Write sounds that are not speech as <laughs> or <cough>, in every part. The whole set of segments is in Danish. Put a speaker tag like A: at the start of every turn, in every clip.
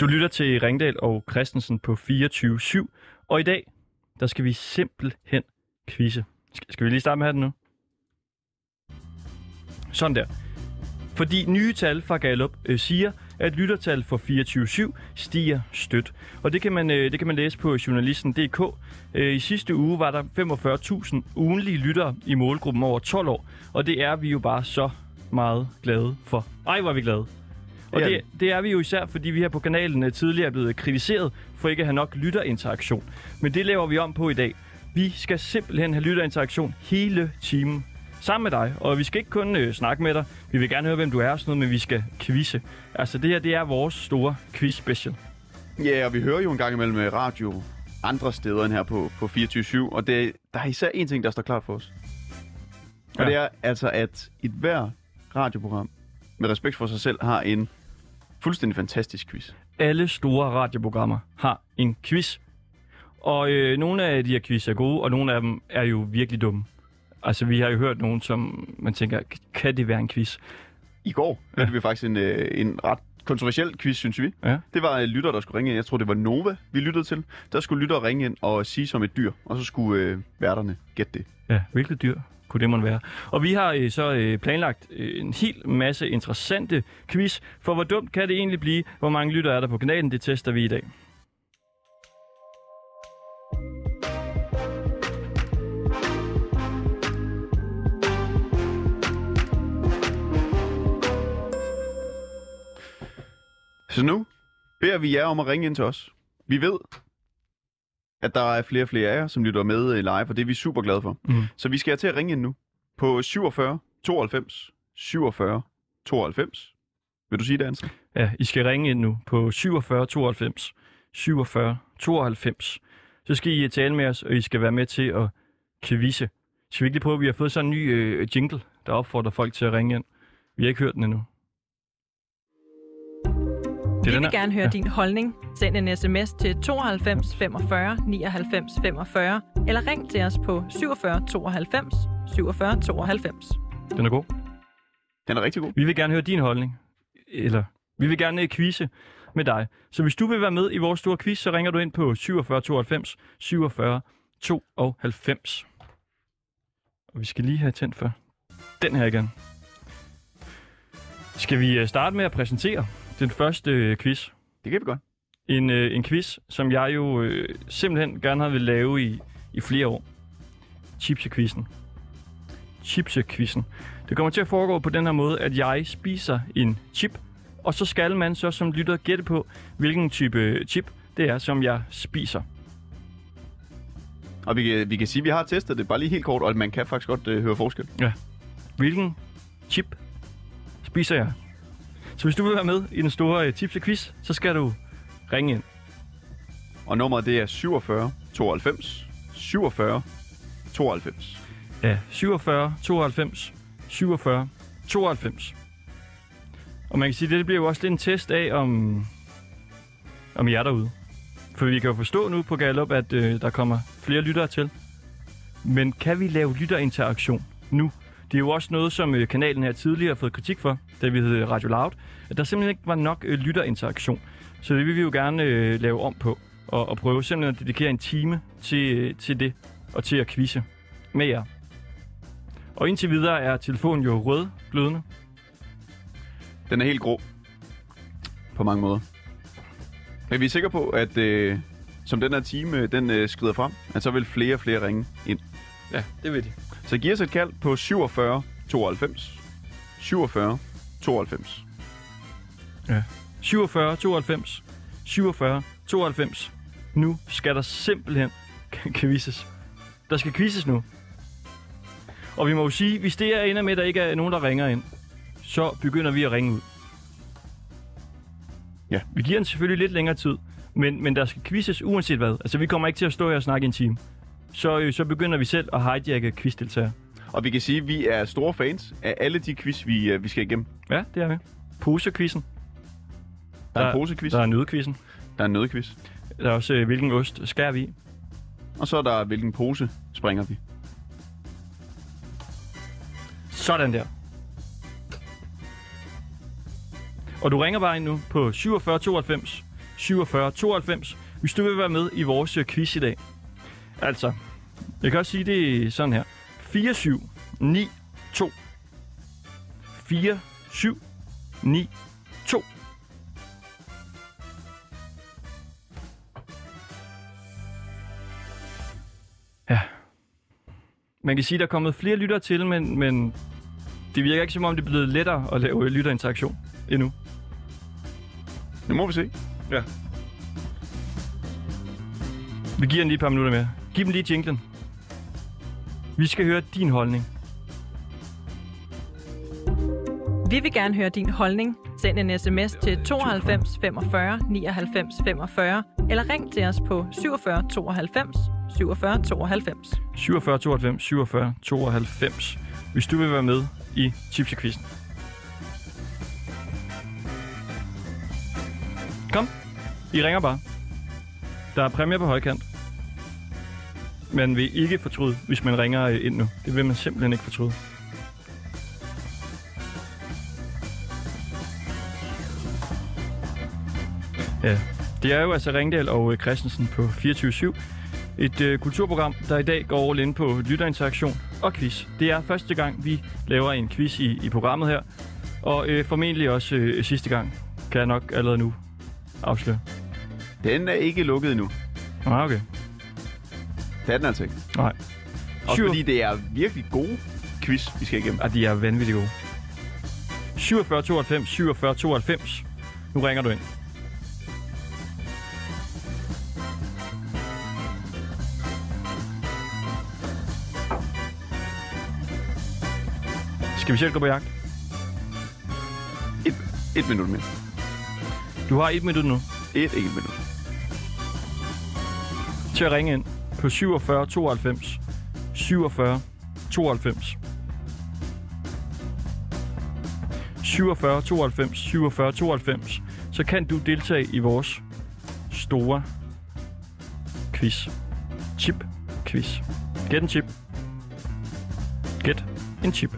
A: Du lytter til Ringdal og Christensen på 24.7, og i dag, der skal vi simpelthen quizze. Sk- Skal vi lige starte med at have den nu? Sådan der. Fordi nye tal fra Gallup øh, siger, at lyttertal for 24.7 stiger stødt. Og det kan, man, øh, det kan man læse på journalisten.dk. Øh, I sidste uge var der 45.000 ugenlige lyttere i målgruppen over 12 år, og det er vi jo bare så meget glade for. Ej, hvor er vi glade. Og
B: Ja.
A: det, det er vi jo især, fordi vi her på kanalen øh, tidligere er blevet kritiseret for ikke at have nok lytterinteraktion. Men det laver vi om på i dag. Vi skal simpelthen have lytterinteraktion hele timen. Sammen med dig. Og vi skal ikke kun øh, snakke med dig. Vi vil gerne høre, hvem du er og sådan noget, men vi skal quizze. Altså det her, det er vores store quiz special.
B: Ja, yeah, og vi hører jo en gang imellem øh, radio andre steder end her på, på 24 og det, der er især en ting, der står klart for os. Og
A: Ja.
B: ja. det er altså, at et hver radioprogram med respekt for sig selv har en fuldstændig fantastisk quiz.
A: Alle store radioprogrammer har en quiz. Og øh, nogle af de her quiz er gode, og nogle af dem er jo virkelig dumme. Altså vi har jo hørt nogen, som man tænker, kan det være en quiz?
B: I går ja. hørte vi faktisk en, øh, en ret kontroversiel quiz, synes vi.
A: Ja.
B: Det var øh, lytter, der skulle ringe ind. Jeg tror, det var Nova, vi lyttede til. Der skulle lytter ringe ind og sige som et dyr, og så skulle øh, værterne gætte det.
A: Ja, hvilket dyr kunne det måtte være? Og vi har øh, så øh, planlagt øh, en hel masse interessante quiz, for hvor dumt kan det egentlig blive? Hvor mange lytter er der på kanalen? Det tester vi i dag.
B: Så nu beder vi jer om at ringe ind til os. Vi ved, at der er flere og flere af jer, som lytter med øh, live, og det er vi super glade for.
A: Mm.
B: Så vi skal have til at ringe ind nu på 47 92 47 92. Vil du sige det, Anson?
A: Ja, I skal ringe ind nu på 47 92 47 92. Så skal I øh, tale med os, og I skal være med til at quizze. Skal vi ikke lige prøve, at vi har fået sådan en ny øh, jingle, der opfordrer folk til at ringe ind? Vi har ikke hørt den endnu. Det
C: Vi
A: den her.
C: vil gerne høre
A: Ja.
C: din holdning. Send en sms til 92 45 99 45, eller ring til os på 47 92 47 92.
A: Den er god.
B: Den er rigtig god.
A: Vi vil gerne høre din holdning. Eller, vi vil gerne øh, quizze med dig. Så hvis du vil være med i vores store quiz, så ringer du ind på 47 92 47 92. Og vi skal lige have tændt for den her igen. Skal vi øh, starte med at præsentere den første øh, quiz?
B: Det kan vi godt.
A: En, øh, en quiz, som jeg jo øh, simpelthen gerne har ville lave i, i flere år. Chipse-quizzen. Chipse-quizzen. Det kommer til at foregå på den her måde, at jeg spiser en chip, og så skal man så som lytter gætte på, hvilken type øh, chip det er, som jeg spiser.
B: Og vi kan, vi kan sige, at vi har testet det bare lige helt kort, og at man kan faktisk godt øh, høre forskel.
A: Hvilken chip spiser jeg? Så hvis du vil være med i den store øh, chipse-quiz, så skal du ringe ind.
B: Og nummeret det er 47 92 47 92.
A: Ja, 47, 92, 47, 92. Og man kan sige, at det bliver jo også lidt en test af, om, om I er derude. For vi kan jo forstå nu på Gallup, at øh, der kommer flere lyttere til. Men kan vi lave lytterinteraktion nu? Det er jo også noget, som øh, kanalen her tidligere har fået kritik for, da vi hed Radio Loud, at der simpelthen ikke var nok øh, lytterinteraktion. Så det vil vi jo gerne øh, lave om på, og, og prøve simpelthen at dedikere en time til, øh, til det, og til at quizze med jer. Og indtil videre er telefonen jo rød glødende.
B: Den er helt grå. På mange måder. Men vi er sikre på, at øh, som den her time øh, den, øh, skrider frem, at så vil flere og flere ringe ind.
A: Ja, det ved de.
B: Så giv os et kald på 47 92 47 92.
A: 47, 92, 47, 92. Nu skal der simpelthen quizzes. Der skal quizzes nu. Og vi må jo sige, hvis det er ender med, at der ikke er nogen, der ringer ind, så begynder vi at ringe ud.
B: Ja.
A: Vi giver den selvfølgelig lidt længere tid, men, men der skal quizzes uanset hvad. Altså, vi kommer ikke til at stå her og snakke i en time. Så, øh, så begynder vi selv at hijacke quizdeltagere.
B: Og vi kan sige, at vi er store fans af alle de quiz, vi, øh, vi skal igennem.
A: Ja, det er vi. Posequizzen.
B: Der er
A: Der-
B: en posequiz,
A: Der
B: der,
A: er nødquizzen.
B: der er en nødquiz,
A: Der er også, øh, hvilken ost skærer vi i?
B: og så er der, hvilken pose springer vi.
A: Sådan der. Og du ringer bare ind nu på 47 92 47 92, hvis du vil være med i vores øh, quiz i dag. Altså, jeg kan også sige det sådan her. 4 7 9 2 4 7 9 2 Ja. Man kan sige, der er kommet flere lytter til, men, men det virker ikke som om, det er blevet lettere at lave lytterinteraktion endnu.
B: Nu må vi se.
A: Ja. Vi giver den lige et par minutter mere. Giv dem lige jinglen. Vi skal høre din holdning.
C: Vi vil gerne høre din holdning. Send en sms til 92 45 99 45, eller ring til os på 47 92 47 92.
A: 47 92 47 92, hvis du vil være med i Chipsy-quizzen. Kom, I ringer bare. Der er præmier på højkant. Man vil ikke fortryde, hvis man ringer øh, ind nu. Det vil man simpelthen ikke fortryde. Ja, det er jo altså Ringdal og øh, Christensen på 24 et øh, kulturprogram, der i dag går all in på lytterinteraktion og quiz. Det er første gang, vi laver en quiz i, i programmet her, og øh, formentlig også øh, sidste gang, kan jeg nok allerede nu afsløre.
B: Den er ikke lukket endnu.
A: Ah, okay.
B: Det er den altså ikke.
A: Nej.
B: Også
A: Syv-
B: fordi det er virkelig gode quiz, vi skal igennem.
A: Og de er vanvittigt gode. 47 92, 47 92. Nu ringer du ind. Skal vi selv gå på jagt?
B: Et, et minut mere.
A: Du har et minut nu
B: Et enkelt minut.
A: til at ringe ind på 47 92 47 92. 47 92 47 92, så kan du deltage i vores store quiz. Chip quiz. Gæt en chip. Gæt en chip.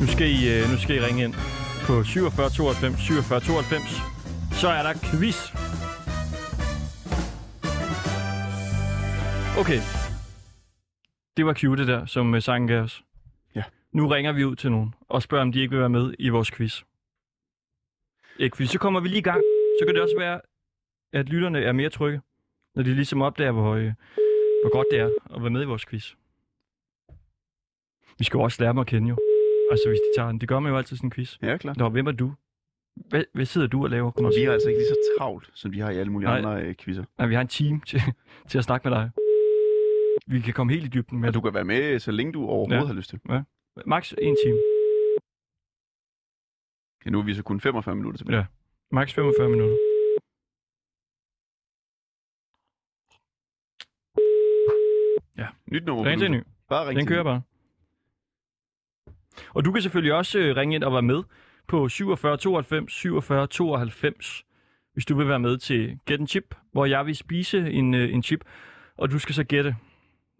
A: Nu skal I, øh, nu skal I ringe ind på 47 92 47 92. Så er der quiz. Okay. Det var cute, det der, som øh, sangen gav os.
B: Ja.
A: Nu ringer vi ud til nogen og spørger, om de ikke vil være med i vores quiz. Ikke, fordi så kommer vi lige i gang. Så kan det også være, at lytterne er mere trygge, når de ligesom opdager, hvor, øh, hvor godt det er at være med i vores quiz. Vi skal jo også lære dem at kende, jo. Altså, hvis de tager den. Det gør man jo altid sådan en quiz.
B: Ja, klar.
A: Nå, hvem er du? Hvad, hvad sidder du og laver?
B: Og vi har altså ikke lige så travlt, som vi har i alle mulige
A: Nej.
B: andre øh, quizzer.
A: Nej, vi har en time til, <laughs> til at snakke med dig. Vi kan komme helt i dybden med
B: Men
A: det.
B: Altså, du kan være med, så længe du overhovedet
A: Ja.
B: har lyst til.
A: Max en time.
B: Ja, nu er vi så kun 45 minutter tilbage.
A: Ja. Max 45 minutter.
B: Nyt nummer.
A: Ring til en ny.
B: Bare ring
A: Den
B: til
A: kører
B: en ny.
A: bare. Og du kan selvfølgelig også øh, ringe ind og være med på 47 92 47 92, hvis du vil være med til Get en Chip, hvor jeg vil spise en, øh, en chip, og du skal så gætte.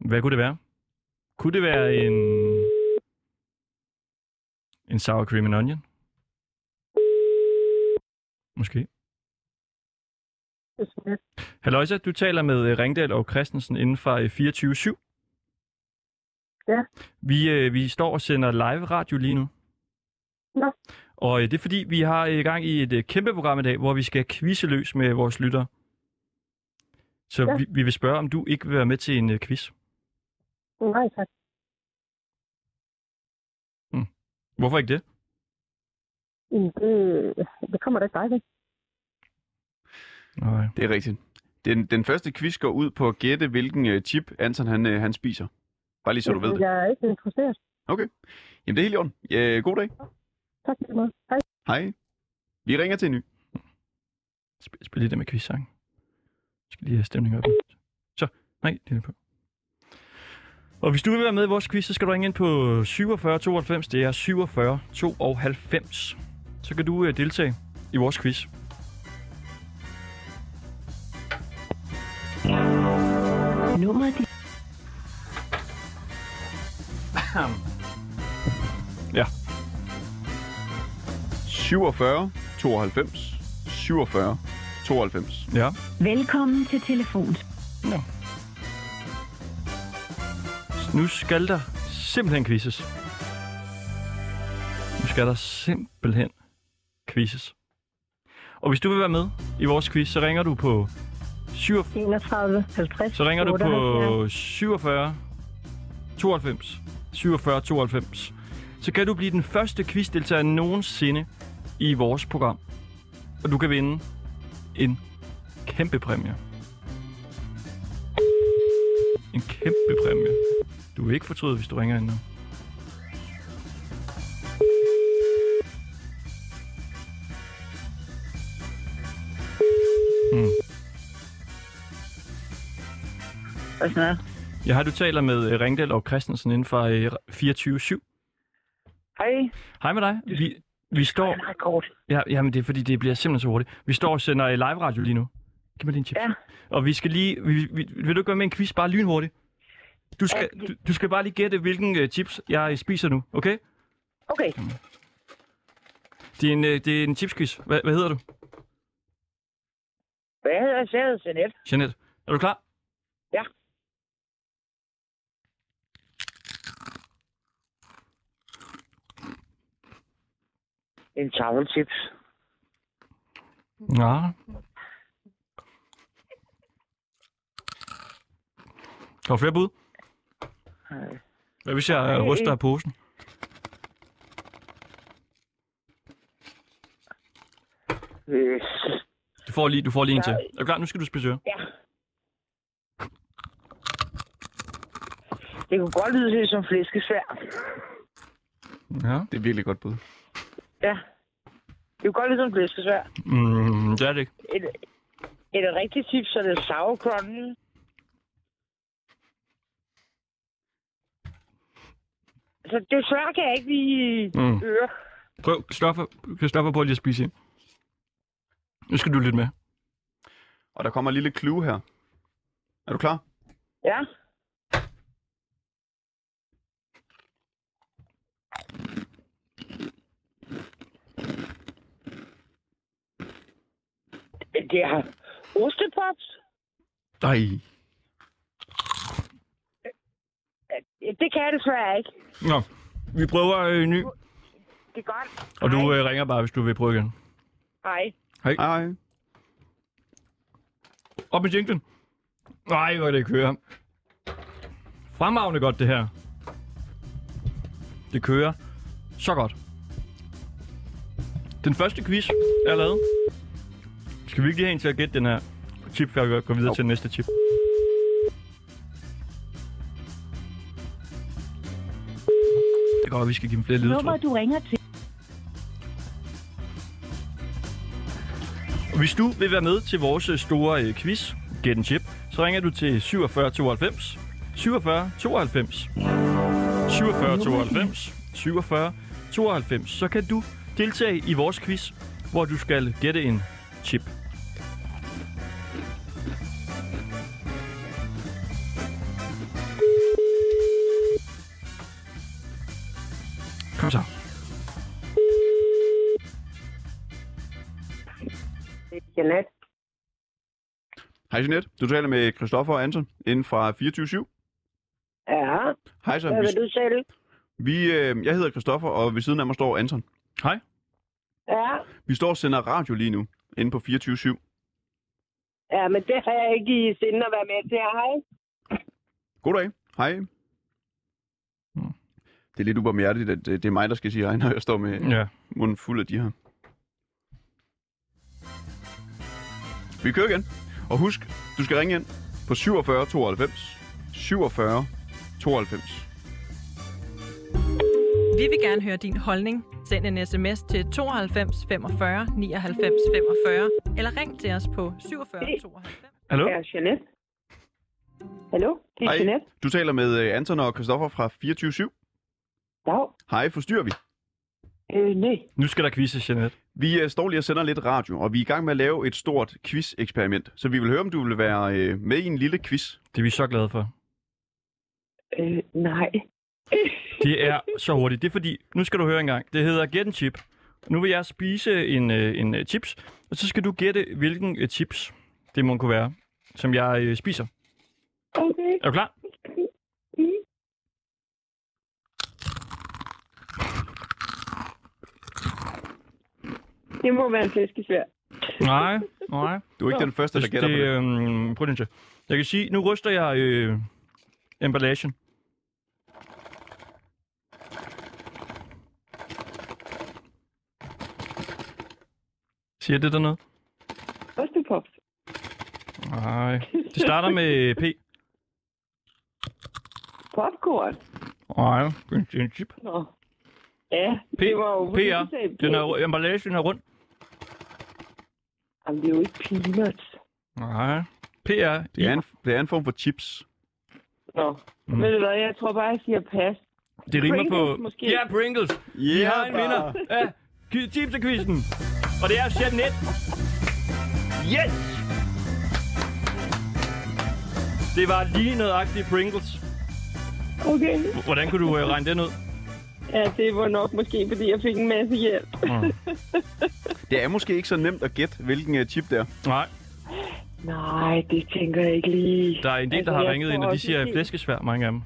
A: Hvad kunne det være? Kunne det være en... En sour cream and onion? Måske. Halløjsa, du taler med øh, Ringdal og Christensen inden fra øh, 24-7. Vi, øh, vi står og sender live radio lige nu.
D: Nå.
A: Og øh, det er fordi, vi har i gang i et øh, kæmpe program i dag, hvor vi skal quizze løs med vores lyttere. Så
D: Ja.
A: vi, vi vil spørge, om du ikke vil være med til en øh, quiz.
D: Nej, tak.
A: Hvorfor ikke det?
D: Jamen, Det, det kommer da ikke dig ved.
A: Nej.
B: Det er rigtigt. Den, den første quiz går ud på at gætte, hvilken øh, chip Anton han, øh, han spiser. Bare lige så du ved det.
D: Jeg er ikke interesseret.
B: Jamen, det er helt i orden. Øh, god dag.
D: Tak lige meget. Hej.
B: Hej. Vi ringer til en ny.
A: Spil, spil lige det med quizsang. Jeg skal lige have stemningen op. Så, nej, det er på. Og hvis du vil være med i vores quiz, så skal du ringe ind på 47 92. Det er 47 92. Så kan du øh, deltage i vores quiz.
E: Nummer dit.
A: Ja.
B: 47 92 47 92.
A: Ja.
E: Velkommen til telefons.
A: Nå. Nu skal der simpelthen quizzes. Nu skal der simpelthen quizzes. Og hvis du vil være med i vores quiz, så ringer du på 47,
D: 31, 50,
A: så ringer du
D: 78.
A: på 47 92 47 92. Så kan du blive den første quizdeltager nogensinde i vores program. Og du kan vinde en kæmpe præmie. En kæmpe præmie. Du vil ikke fortryde, hvis du ringer ind nu.
D: Og sådan noget.
A: Jeg har, du taler med øh, Ringdal og Christensen inden for øh, 24-7.
D: Hej.
A: Hej med dig. Vi, vi står...
D: En rekord.
A: Ja, jamen det er fordi, det bliver simpelthen så hurtigt. Vi står og sender øh, live radio lige nu. Giv mig din chips.
D: Ja.
A: Og vi skal lige... Vi, vi, vil du ikke være med i en quiz bare lynhurtigt? Du skal, du, du skal bare lige gætte, hvilken øh, chips jeg øh, spiser nu, okay?
D: Okay,
A: Det er en, øh, det er en chipsquiz. Hvad, hvad hedder du?
D: hvad hedder sædet, Jeanette?
A: Jeanette. Er du klar?
D: Ja. En tavlchips.
A: Ja. Har du flere bud?
D: Nej.
A: Hvad hvis jeg øh, ryster af posen?
D: Øh,
A: Du får lige, du får lige en til.
D: Nej.
A: Er du klar? Nu skal du spise øre.
D: ja. Det kunne godt lyde lidt som flæskesvær.
A: Ja.
B: Det er virkelig godt bud.
D: Ja. Det kunne godt lyde som flæskesvær.
A: Mm, det er det ikke.
D: Et, et rigtigt tip, så er det sauerkronen. Så desværre Altså, kan jeg ikke lige
A: Mm.
D: høre.
A: Prøv, Christoffer, Christoffer prøv lige at spise ind. Nu skal du lytte med.
B: Og der kommer en lille clue her. Er du klar?
D: Ja, Men det er ostepops.
B: Nej.
D: Det kan jeg desværre ikke.
A: Nå, vi prøver øh, en ny,
D: Det er godt.
A: og du
D: Hej.
A: øh, ringer bare, hvis du vil prøve igen.
D: Hej.
B: Nej.
A: Op med jinglen. Nej, hvor kan det ikke køre. Fremragende godt, det her. Det kører så godt. Den første quiz er lavet. Skal vi ikke lige have en til at gætte den her chip, før vi går videre til næste chip? Det går, at vi skal give dem flere lyde,
E: Nummer du ringer til.
A: Og Hvis du vil være med til vores øh, store øh, quiz, Get en Chip, så ringer du til 47 92 47 92 47 92 47 92. Så kan du deltage i vores quiz, hvor du skal gætte en chip. Kom så.
D: Det er Jeanette.
B: Hej Jeanette. Du taler med Christoffer og Anton inden fra 24
D: Ja,
B: Hej så.
D: hvad vil
B: Vi,
D: du selv?
B: vi, øh, jeg hedder Christoffer, og ved siden af mig står Anton.
A: Hej.
D: Ja,
B: Vi står og sender radio lige nu, inde på 24
D: ja, men det har jeg ikke i sinde at være med til. Hej.
B: Goddag. Hej. Det er lidt ubarmhjertigt, at øh, det, det er mig, der skal sige hej, <laughs> når jeg står med
A: Ja.
B: munden fuld af de her. Vi kører igen. Og husk, du skal ringe ind på 47 92 47 92.
C: Vi vil gerne høre din holdning. Send en sms til 92 45 99 45, eller ring til os på 47 92.
A: Hallo?
D: Jeanette. Hallo, det er
B: Hej.
D: Jeanette.
B: Du taler med øh, Anton og Christoffer fra 24-7.
D: Dag.
B: Hej, forstyrrer vi?
D: Øh, nej.
A: Nu skal der quizze, Jeanette.
B: Vi øh, står lige og sender lidt radio, og vi er i gang med at lave et stort quiz-eksperiment. Så vi vil høre, om du vil være øh, med i en lille quiz.
A: Det er vi så glade for.
D: Øh, nej.
A: Det
D: <laughs>
A: er så hurtigt. Det er fordi, nu skal du høre engang. Det hedder Get en Chip. Nu vil jeg spise en, øh, en øh, chips, og så skal du gætte, hvilken øh, chips det må kunne være, som jeg øh, spiser.
D: Okay.
A: Er du klar?
D: Det må være en flæskesvær.
A: Nej, nej.
B: Du er ikke den første, der
A: Det,
B: gætter på det.
A: det, øh, prøv lige at se. Jeg kan sige, nu ryster jeg øh, emballagen. Siger det der noget?
D: Ostepops.
A: Nej. Det starter med P.
D: Popcorn.
A: Nej, det er en chip.
D: Nå. Ja,
A: P,
D: det var jo...
A: P er,
D: fuldstændig-
A: den er, emballagen er rund.
D: Jamen, det er jo ikke peanuts.
A: Nej. P er,
B: Det er, en, det er en form for chips.
D: Nå. Mm. Ved du hvad, jeg tror bare, jeg siger pas.
A: det rimer på...
D: Pringles måske.
A: Ja, Pringles. Vi
B: Ja,
A: har en
B: bare.
A: vinder af Chipsa-quizzen. Og det er Jeanette. Yes! Det var lige nøjagtigt Pringles.
D: Okay.
A: Hvordan kunne du øh, regne den ud?
D: Ja, det var nok måske, fordi jeg fik en masse hjælp.
B: Det er måske ikke så nemt at gætte, hvilken øh, chip det er.
A: Nej,
D: Nej, det tænker jeg ikke lige.
A: der er en del, der
D: Altså,
A: har
D: jeg
A: ringet
D: tror
A: ind, og de
D: også,
A: siger
D: det-
A: flæskesvær, mange af dem.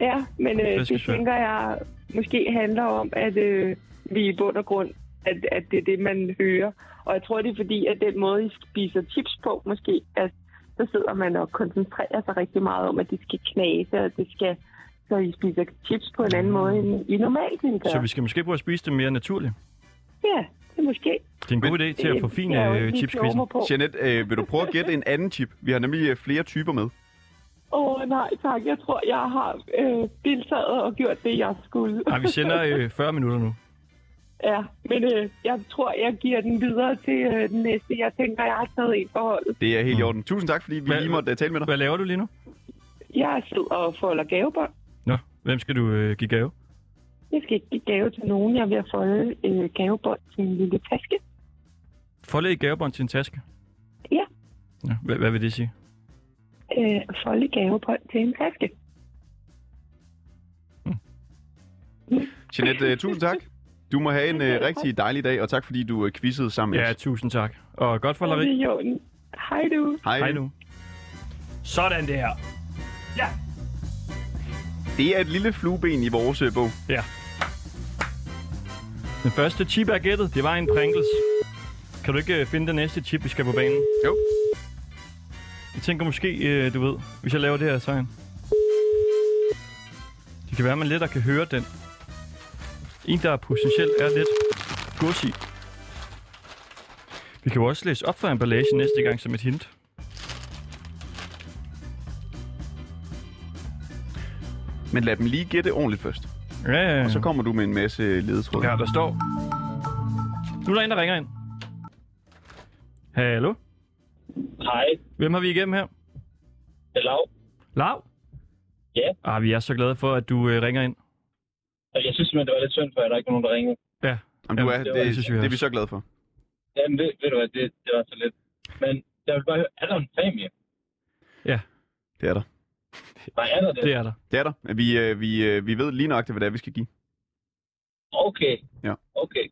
D: Ja, men øh, det
A: Flæskesvær.
D: tænker jeg måske handler om, at øh, vi i bund og grund, at, at det er det, man hører. Og jeg tror, det er fordi, at den måde, I spiser chips på, måske, at så sidder man og koncentrerer sig rigtig meget om, at det skal knase, og det skal... Så I spiser chips på en anden måde, end I normalt ville gøre.
A: Så vi skal måske prøve at spise det mere naturligt.
D: Ja, det er måske.
A: Det er en god idé til at øh,
D: Det er jeg jo
A: forfine
D: ikke lige
A: chipsquizzen.
D: klogere på.
B: Jeanette, øh, vil du prøve at gætte en anden chip? Vi har nemlig øh, flere typer med.
D: Åh, oh, nej tak. Jeg tror, jeg har øh, deltaget og gjort det, jeg skulle.
A: Nej, vi sender øh, 40 minutter nu.
D: Ja, men øh, jeg tror, jeg giver den videre til øh, den næste. Jeg tænker, jeg har taget en for holdet.
B: Det er helt i orden. Tusind tak, fordi vi
A: Hvad-
B: lige måtte øh, tale med dig.
A: Hvad laver du lige nu?
D: Jeg sidder og folder gavebånd.
A: Nå, hvem skal du øh, give gave?
D: Jeg skal ikke give gave til nogen. Jeg er ved at folde øh, gavebånd til en lille taske.
A: Folde i gavebånd til en taske?
D: Ja.
A: ja hvad, hvad vil det sige?
D: Øh, folde gavebånd til en taske.
B: Jeanette, øh, tusind tak. Du må have en øh, rigtig dejlig dag, og tak fordi du øh, quizzede sammen med
A: Ja,
B: os.
A: tusind tak. Og godt
D: Det
A: folderi.
D: er i orden. Hej du.
A: Hej nu. Sådan det her. Ja.
B: Det er et lille flueben i vores øh, bog.
A: Ja. Den første chip, jeg gættet, det var en Pringles. Kan du ikke øh, finde den næste chip, vi skal på banen?
B: Jo.
A: Jeg tænker måske, øh, du ved, hvis jeg laver det her sang. Det kan være, at man lettere kan høre den. En, der potentielt er lidt gods i. Vi kan jo også læse op for emballagen næste gang som et hint.
B: Men lad dem lige gætte ordentligt først.
A: Ja, ja, ja.
B: Så kommer du med en masse ledetråde.
A: Ja, der står. Nu er der en, der ringer ind. Hallo?
F: Hej,
A: Hvem har vi igennem her?
F: det er Lav.
A: Lav?
F: Ja.
A: Ah, vi er så glade for, at du øh, ringer ind.
F: Og jeg synes simpelthen, det var lidt synd for, at der ikke var nogen, der ringede.
A: Ja.
B: Jamen, du er,
A: Jamen,
B: det,
A: det
B: det,
A: synes vi
B: det, er vi
A: også.
B: så glade for.
F: Jamen, ved, ved du hvad, det, det var så lidt. Men jeg vil bare høre, er der en præmie?
B: Det er der.
F: Nej, er der det?
A: Det er der.
B: Det er der. Vi, øh, vi, øh, vi ved lige nøjagtigt, hvad det er, vi skal give.
F: Okay.
B: Ja.
F: Okay.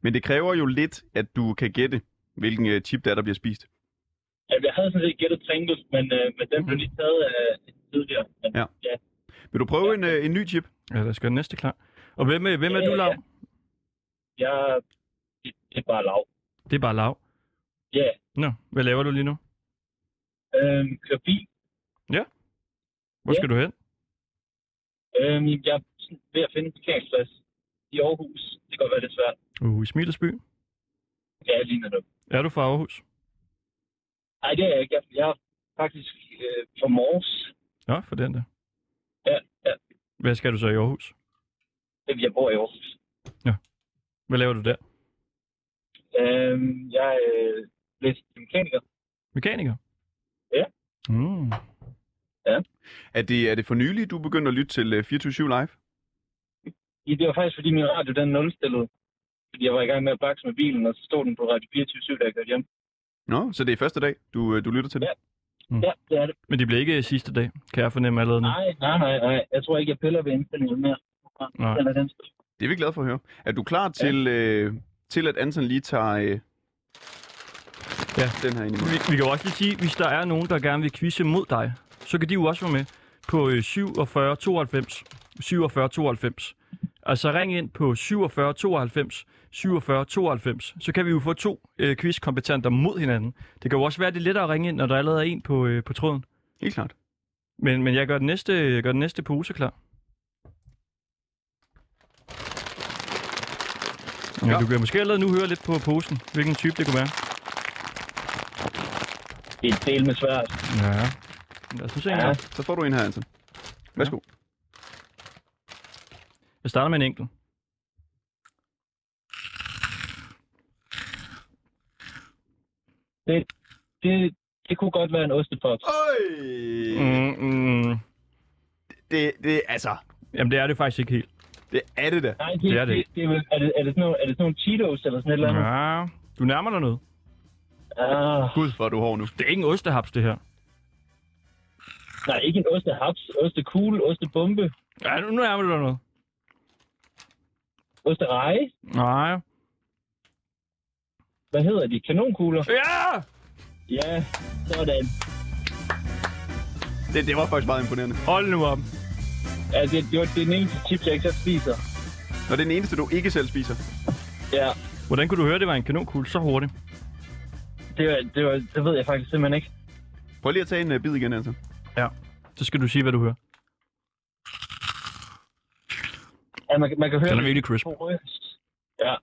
B: Men det kræver jo lidt, at du kan gætte, hvilken øh, chip der er, der bliver spist.
F: Jamen, jeg havde sådan set gættet Pringles, men, øh, men den blev lige taget af tidligere. Men,
B: Mhm. Ja. Vil du prøve en, øh, en ny chip?
A: Ja, der skal den næste klar. Og hvem, øh, hvem er
F: Ja,
A: du,
F: ja,
A: Lav?
F: ja. Jeg, det, det er bare Lav.
A: Det er bare Lav.
F: Ja.
A: Nå, hvad laver du lige nu?
F: Øhm, kører bil.
A: Hvor
F: Ja.
A: skal du hen?
F: Øhm, jeg er sådan ved at finde en parkeringsplads i Aarhus. Det kan godt være lidt svært.
A: Uh, i Smilesby.
F: Ja, lige netop.
A: Er du fra Aarhus?
F: Nej, det er jeg ikke. Jeg, jeg er faktisk øh, fra Mors.
A: Nå, for den der.
F: Ja, ja.
A: Hvad skal du så i Aarhus?
F: Jamen, Jeg bor i Aarhus.
A: Hvad laver du der?
F: Øhm, jeg øh, læste til mekaniker.
A: Mekaniker?
F: Ja.
A: Mm.
F: Ja.
B: Er det, er det for nylig, du begyndte at lytte til øh, 24-7 Live?
F: Ja, det var faktisk, fordi min radio den nulstillede. Fordi jeg var i gang med at bakse med bilen, og så stod den på Radio 24 da jeg kørte hjem.
B: Nå, så det er første dag, du, øh, du lytter til det?
F: Ja. Ja, det er det.
A: Men det bliver ikke øh, sidste dag, kan jeg fornemme allerede nu.
F: Nej, nej, nej, nej. Jeg tror ikke, jeg piller ved indstillingen mere.
A: Nej.
F: Den er den
B: Det er vi glade for at høre. Er du klar til, øh, til at Anton lige tager øh,
A: Ja.
B: den her ind i munden?
A: Vi, vi kan jo også lige sige, hvis der er nogen, der gerne vil quizze mod dig, så kan de jo også være med på øh, 47 92 47 92. Altså ring ind på 47 92 47 92, så kan vi jo få to øh, quizkompetenter mod hinanden. Det kan jo også være, det er lettere at ringe ind, når der allerede er en på, øh, på tråden.
B: Helt klart.
A: Men, men jeg gør den næste, jeg gør den næste pose klar. Ja.
B: Ja.
A: Men du kan måske allerede nu høre lidt på posen, hvilken type det kunne være.
F: Det er et del med svært.
A: Ja. Lad os nu se en
F: Ja.
A: gang.
B: Så får du en her, Anton. Værsgo.
A: Jeg starter med en enkelt.
F: Det, det, det kunne godt være en ostepop.
B: Øj!
A: Mm, mm,
B: Det, det, altså,
A: jamen, det er det faktisk ikke helt.
B: det er det da.
F: Nej, det,
A: Det er det ikke.
F: Det, det er, vel- er, det, er, det sådan nogle, er det sådan nogle Cheetos eller sådan et eller andet? Ja.
A: Ja, du nærmer dig noget.
F: Ah,
B: Gud, hvor er du hård nu.
A: Det er ikke en ostehaps, det her.
F: nej, ikke en ostehaps, ostekugle, ostebombe,
A: Ja, nu nu nærmer du dig noget.
F: ostereje.
A: Nej.
F: Hvad hedder de? Kanonkugler?
A: Ja!
F: Ja, sådan.
B: Det, det var faktisk meget imponerende.
A: Hold nu op.
F: Ja, Altså, det, det, var, det er den eneste chips, jeg ikke selv spiser.
B: Nå, det er den eneste, du ikke selv spiser.
F: Ja,
A: Hvordan kunne du høre, det var en kanonkugle så hurtigt?
F: det, var, det, var, det ved jeg faktisk simpelthen ikke.
B: Prøv lige at tage en uh, bid igen, Anton.
A: Ja. Så skal du sige, hvad du hører.
F: Ja, man, man kan høre...
A: Den er virkelig crisp.
F: Ja.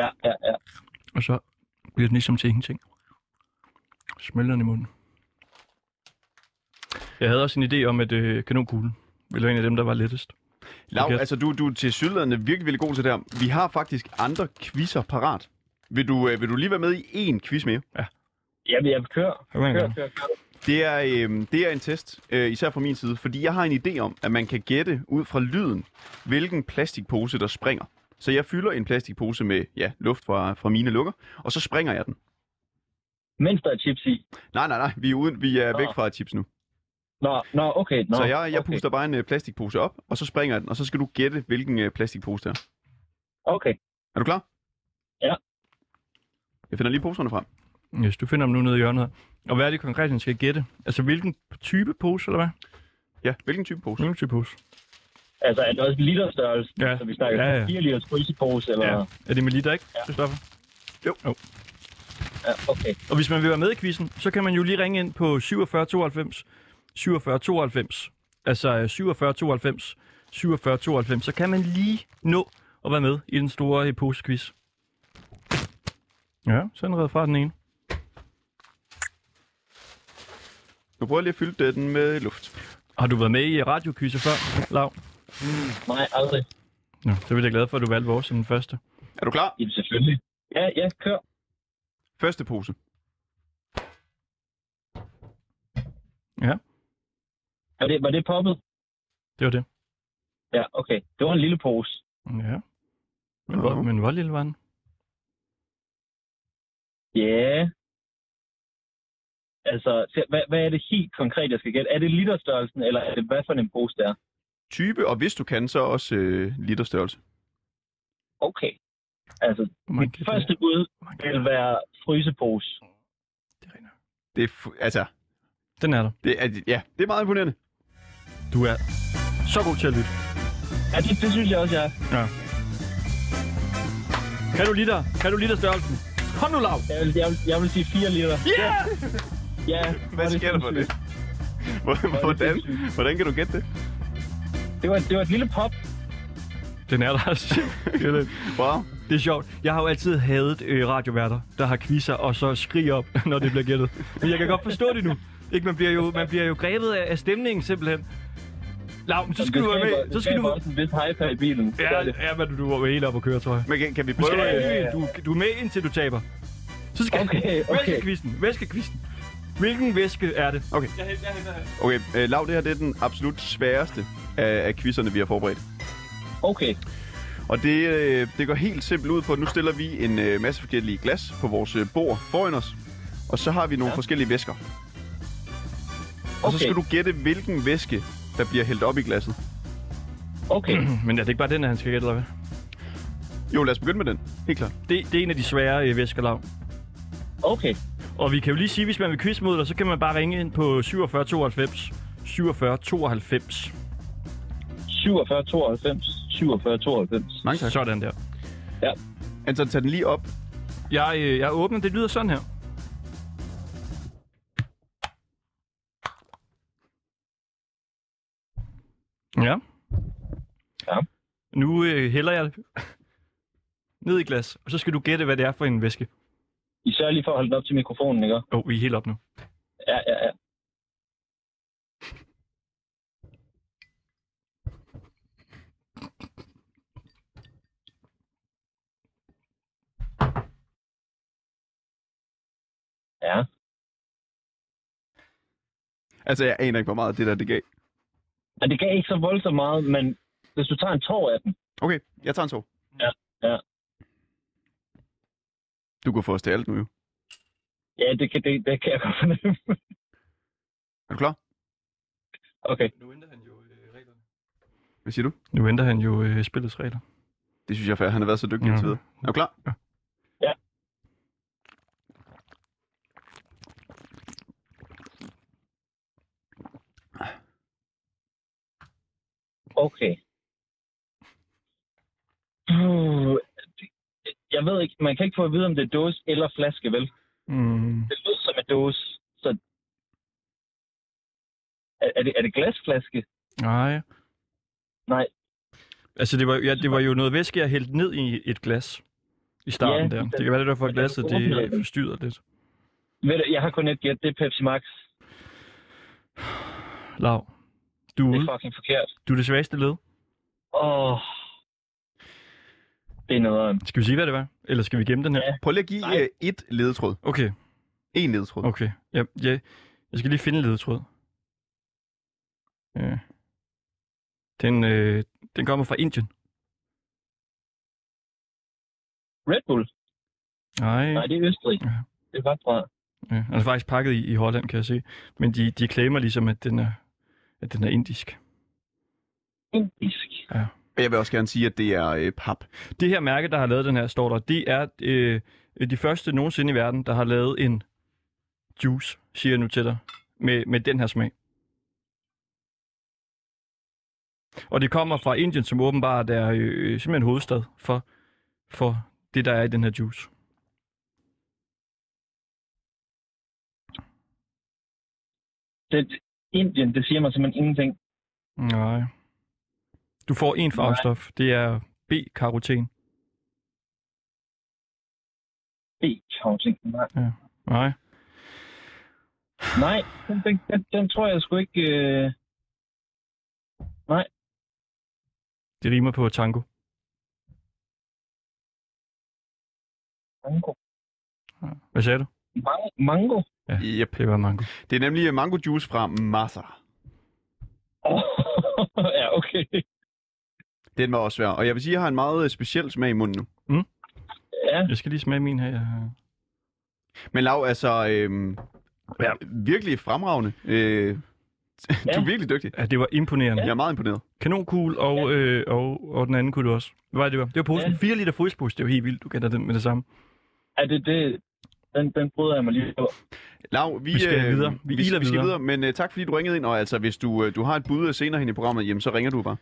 F: Ja, ja, ja.
A: Og så bliver den ligesom til ingenting. Smelter den i munden. Jeg havde også en idé om, at øh, kanonkuglen ville være en af dem, der var lettest.
B: Lav,
A: Okay.
B: altså du, du er til sydlandene virkelig, virkelig god til det her. Vi har faktisk andre quizzer parat. Vil du, uh, vil du lige være med i én quiz mere?
F: Jamen, jeg kører.
A: Hør en
F: Kør,
A: gang.
F: kør, kør.
B: Det er, øh, det er en test, øh, især fra min side, fordi jeg har en idé om, at man kan gætte ud fra lyden, hvilken plastikpose, der springer. Så jeg fylder en plastikpose med ja, luft fra, fra mine lukker, og så springer jeg den.
F: Mens der er chips i.
B: Nej, nej, nej, vi er, uden, vi er
F: Nå.
B: væk fra chips nu.
F: Nå, nå okay. Nå,
B: så jeg, jeg
F: okay.
B: puster bare en øh, plastikpose op, og så springer jeg den, og så skal du gætte, hvilken øh, plastikpose det er.
F: Okay.
B: Er du klar?
F: Ja.
B: Jeg finder lige poserne frem.
A: Yes, du finder dem nu nede i hjørnet her. Og hvad er det konkret, den skal gætte? Altså, hvilken type pose, eller hvad?
B: Ja, hvilken type pose?
A: Hvilken type pose?
F: Altså, er det også literstørrelse?
A: Ja.
F: Så Altså, vi snakker
A: Ja,
F: ja,
A: ja.
F: ja. 4 liters frysepose, eller...
A: Ja.
F: Ja.
A: Er det med liter, ikke? Ja.
F: ja okay.
A: Og hvis man vil være med i quizzen, så kan man jo lige ringe ind på 47 92 47 92. Altså øh, 47 92 47 92. Så kan man lige nå at være med i den store øh, posequiz. Ja, sådan redder fra den ene.
B: Nu prøver jeg lige at fylde øh, den med luft.
A: Har du været med i øh, radioquizzer før, Lav?
F: Nej, aldrig.
A: Ja. Så er jeg glad for, at du valgte vores som den første.
B: Er du klar?
F: Jamen, selvfølgelig. Ja, ja, kør.
B: Første pose.
F: Var det, var det poppet?
A: Det var det.
F: Ja, okay. Det var en lille pose.
A: Ja. Men hvor,
B: Ja.
A: men hvor lille var den?
F: Ja. Yeah. Altså, se, hvad, hvad er det helt konkret, jeg skal gætte? Er det literstørrelsen, eller er det hvad for en pose, der er?
B: Type, og hvis du kan, så også øh, literstørrelse.
F: Okay. Altså,
A: Hvor mange
F: mit
A: kan det
F: første bud
A: være? Hvor mange kan det
F: vil
A: være?
F: være frysepose.
A: Det er rigtigt.
B: Det er, fu- altså,
A: Den er der.
B: det er, ja, det er meget imponerende.
A: Du er så god til at lytte.
F: Ja, det, det synes jeg også, jeg er.
A: Kan du lide dig? Kan du lide dig størrelsen? Kom nu, Lav!
F: Jeg vil, jeg vil, jeg vil sige 4 liter.
A: Ja!
F: Ja, hvor er
B: Hvad sker der for det?
F: sindssygt.
B: Hvor- Hvordan, hvordan kan du gætte det?
F: Det var, det var et lille pop.
A: Den er der <laughs> altså.
B: Wow.
A: Det er sjovt. Jeg har jo altid hadet øh, radioværter, der har quizzer og så skriger op, <laughs> når det bliver gættet. Men jeg kan godt forstå det nu. Ikke? Man, bliver jo, man bliver jo grebet af, af stemningen simpelthen. Lav, men så skal
F: Det
A: du være
F: skaber-
A: med. Så
F: det
A: skal
F: skaber
A: du...
F: også en vis hype her i bilen. Det gør
A: Ja,
F: det.
A: ja men du er helt op og køre, tror jeg.
B: Men kan, kan vi
A: Du
B: prøve?
A: skal have en
B: øh,
A: ny en. Du, du er med indtil du taber. Så skal
F: Okay, okay.
A: Væskekvisten. Væskekvisten. Hvilken væske er det?
B: Okay, øh, Lav, det her det er den absolut sværeste af, af quizzerne, vi har forberedt.
F: Okay,
B: Og det, øh, det går helt simpelt ud på, at nu stiller vi en øh, masse forskellige glas på vores øh, bord foran os. Og så har vi nogle ja. forskellige væsker. Og så
F: Okay.
B: skal du gætte, hvilken væske, der bliver hældt op i glasset.
F: okay.
A: Men er det ikke bare den, han skal gætte, eller hvad?
B: Jo, lad os begynde med den. Helt klart.
A: Det, det er en af de svære øh, væsker, Lav.
F: Okay,
A: Og vi kan jo lige sige, hvis man vil quiz mod dig, så kan man bare ringe ind på 47 92 47 92.
F: 47, 92, 47, 92.
B: Mange tak. Så.
A: Sådan der.
B: Anton, tag den lige op.
A: Jeg, øh, jeg åbner, det lyder sådan her. Ja.
F: Ja.
A: Nu øh, hælder jeg det ned i glas, og så skal du gætte, hvad det er for en væske.
F: I sørger lige for at holde den op til mikrofonen, ikke?
A: Åh, oh, vi er helt op nu.
F: Ja, ja, ja. Ja,
B: Altså, jeg aner ikke, hvor meget det der det gav.
F: og det gav ikke så voldsomt meget, men hvis du tager en tår af den,
B: Okay, jeg tager en tog.
F: Ja, ja.
B: Du kan få os til alt nu, jo.
F: ja, det kan, det, det kan jeg godt fornemme.
B: Er du klar?
F: Okay,
A: Nu ændrer han jo øh, reglerne.
B: Hvad siger du?
A: Nu ændrer han jo øh, spillets regler.
B: Det synes jeg er fair. Han har været så dygtig
A: Ja.
B: indtil videre. Er du klar?
F: Ja. okay. Puh, det- Jeg ved ikke, man kan ikke få at vide, om det er dåse eller flaske, vel?
A: Mm.
F: Det lød som en dåse, så... Er, er, det, er det glasflaske?
A: Nej.
F: Nej.
A: Altså, det var, ja, det var jo noget væske, jeg hældte ned i et glas i starten
F: Ja,
A: der. Det
F: den-
A: kan være, det er derfor, at
F: den er
A: glasset det
F: åbnet.
A: forstyrrer lidt.
F: Ved du, jeg har kun et gæt, det er Pepsi Max.
A: Lav, du,
F: Det
A: er ude.
F: er fucking forkert.
A: du er det svageste led.
F: Åh. Oh. Det er noget af en-
A: Skal vi sige, hvad det var? Eller skal vi gemme den her?
F: Ja.
B: Prøv lige at give
F: Nej.
B: øh, et ledetråd.
A: Okay,
B: En ledetråd. Okay.
A: okay. Ja, ja. Jeg skal lige finde ledetråd. Ja. Den, øh, den kommer fra Indien.
F: Red Bull?
A: Nej,
F: Nej, det er Østrig.
A: Ja.
F: Det er godt fra.
A: ja. den er faktisk pakket i, i Holland, kan jeg se. Men de, de claimer ligesom, at den er, at den er indisk.
F: Indisk.
B: Og jeg vil også gerne sige, at det er øh, pap.
A: Det her mærke, der har lavet den her, står der, det er øh, de første nogensinde i verden, der har lavet en juice, siger jeg nu til dig, med, med den her smag. Og det kommer fra Indien, som åbenbart er øh, simpelthen hovedstad for, for det, der er i den her juice.
F: Det, Indien, det siger mig simpelthen ingenting.
A: Nej. Du får en
F: Nej.
A: farvestof. Det er B-karoten.
F: B-counting. Nej,
A: Nej.
F: Nej den, den, den, den tror jeg sgu ikke... Øh...
A: Det rimer på tango.
F: Mango.
A: Hvad sagde du?
F: Mango? mango?
B: Yep.
A: Det var mango.
B: Det er nemlig øh, mango juice fra Massa.
F: Oh, <laughs> ja, okay.
B: Den var også svær. Og jeg vil sige, at jeg har en meget øh, speciel smag i munden nu.
F: Ja,
A: Jeg skal lige smage min her. jeg-
B: Men Lav, altså... Øh, ja.
A: Ja.
B: Virkelig fremragende. Øh, Du
F: Ja.
B: er virkelig dygtig.
A: Ja, det var imponerende.
B: Jeg er meget imponeret.
A: Kanonkugel og, øh, og, og den anden kunne du også. Hvad var det, det var? Det var posen.
F: Ja.
A: 4 liter fryspose. Det var helt vildt. Du gætter den med det samme.
F: er det det... Den, den bryder jeg mig lige på.
B: Lav, vi, øh,
A: Vi skal videre. Vi
B: vi, vi
A: iler
B: skal videre.
A: videre.
B: Men uh, tak fordi du ringede ind. Og altså, hvis du, uh, du har et bud senere hen i programmet, jamen, så ringer du bare.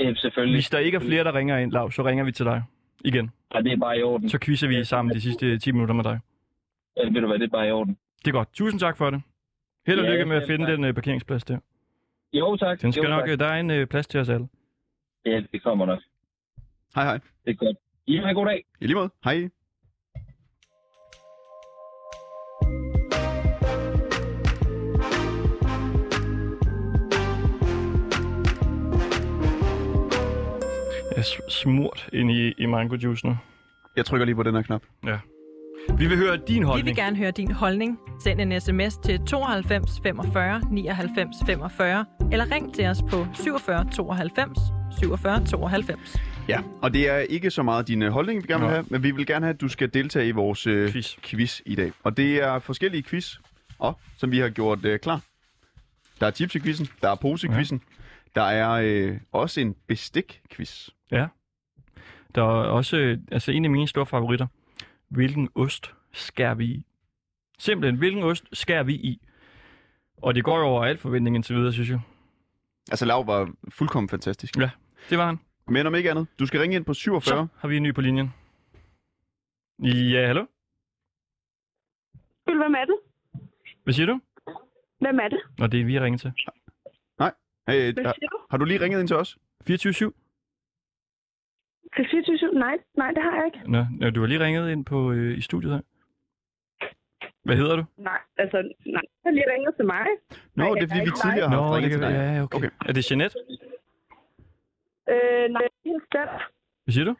F: Øh, selvfølgelig.
A: Hvis der ikke er flere, der ringer ind, Lav, så ringer vi til dig igen.
F: Ja, det er bare i orden.
A: Så quizzer vi sammen de sidste 10 minutter med dig.
F: Ja, ved du hvad, det er bare i orden.
A: Det er godt. Tusind tak for det. Held og
F: Ja,
A: lykke med at
F: selv
A: finde
F: tak.
A: den øh, parkeringsplads der.
F: Jo, tak.
A: Den skal
F: jo,
A: nok,
F: Tak.
A: øh, der er en øh, plads til os alle.
F: Ja, det kommer nok.
B: Hej hej.
F: Det er godt. I har en god dag.
B: I lige måde. Hej.
A: Jeg er s- smurt ind i, i mango juice nu.
B: Jeg trykker lige på den her knap.
A: Vi vil høre din
C: Vi
A: holdning.
C: vil gerne høre din holdning. Send en sms til 92 45 99 45, eller ring til os på 47 92 47 92.
B: Ja, og det er ikke så meget din øh, holdning, vi gerne vil
A: Nå.
B: have, men vi vil gerne have, at du skal deltage i vores øh,
A: Quiz.
B: quiz i dag. Og det er forskellige quiz, og, som vi har gjort øh, klar. Der er tips i quizzen, der er pose i
A: Ja.
B: quizzen, der er øh, også en bestik-quiz.
A: Ja. Der er også øh, altså en af mine store favoritter. Hvilken ost skærer vi i? Simpelthen, hvilken ost skærer vi i? Og det går jo over alt forventning indtil videre, synes jeg.
B: Altså, Lav var fuldkommen fantastisk.
A: Ja. Det var han.
B: Men om ikke andet, du skal ringe ind på 47.
A: Så har vi en ny på linjen. Ja, hallo?
D: Skyld, hvem er det?
A: Hvad siger du?
D: Hvem er det?
A: Nå, det er vi, jeg ringer til.
B: Hey,
D: Hvad
B: har,
D: siger du?
B: har du lige ringet ind til os?
A: 24-7?
D: Til 24 Nej, nej, det har jeg ikke.
A: Nå, nå, du har lige ringet ind på øh, i studiet her. Hvad hedder du?
D: Nej, altså, nej. Jeg har lige ringet til mig.
B: Nå,
D: Nej,
B: det er
D: jeg
B: fordi,
D: er
B: vi
D: ikke
B: tidligere har haft ringet
A: det
B: til dig.
A: ja, okay. okay.
B: Okay.
A: Er det Jeanette?
D: Øh, nej, det er hendes datter.
A: Hvad siger du?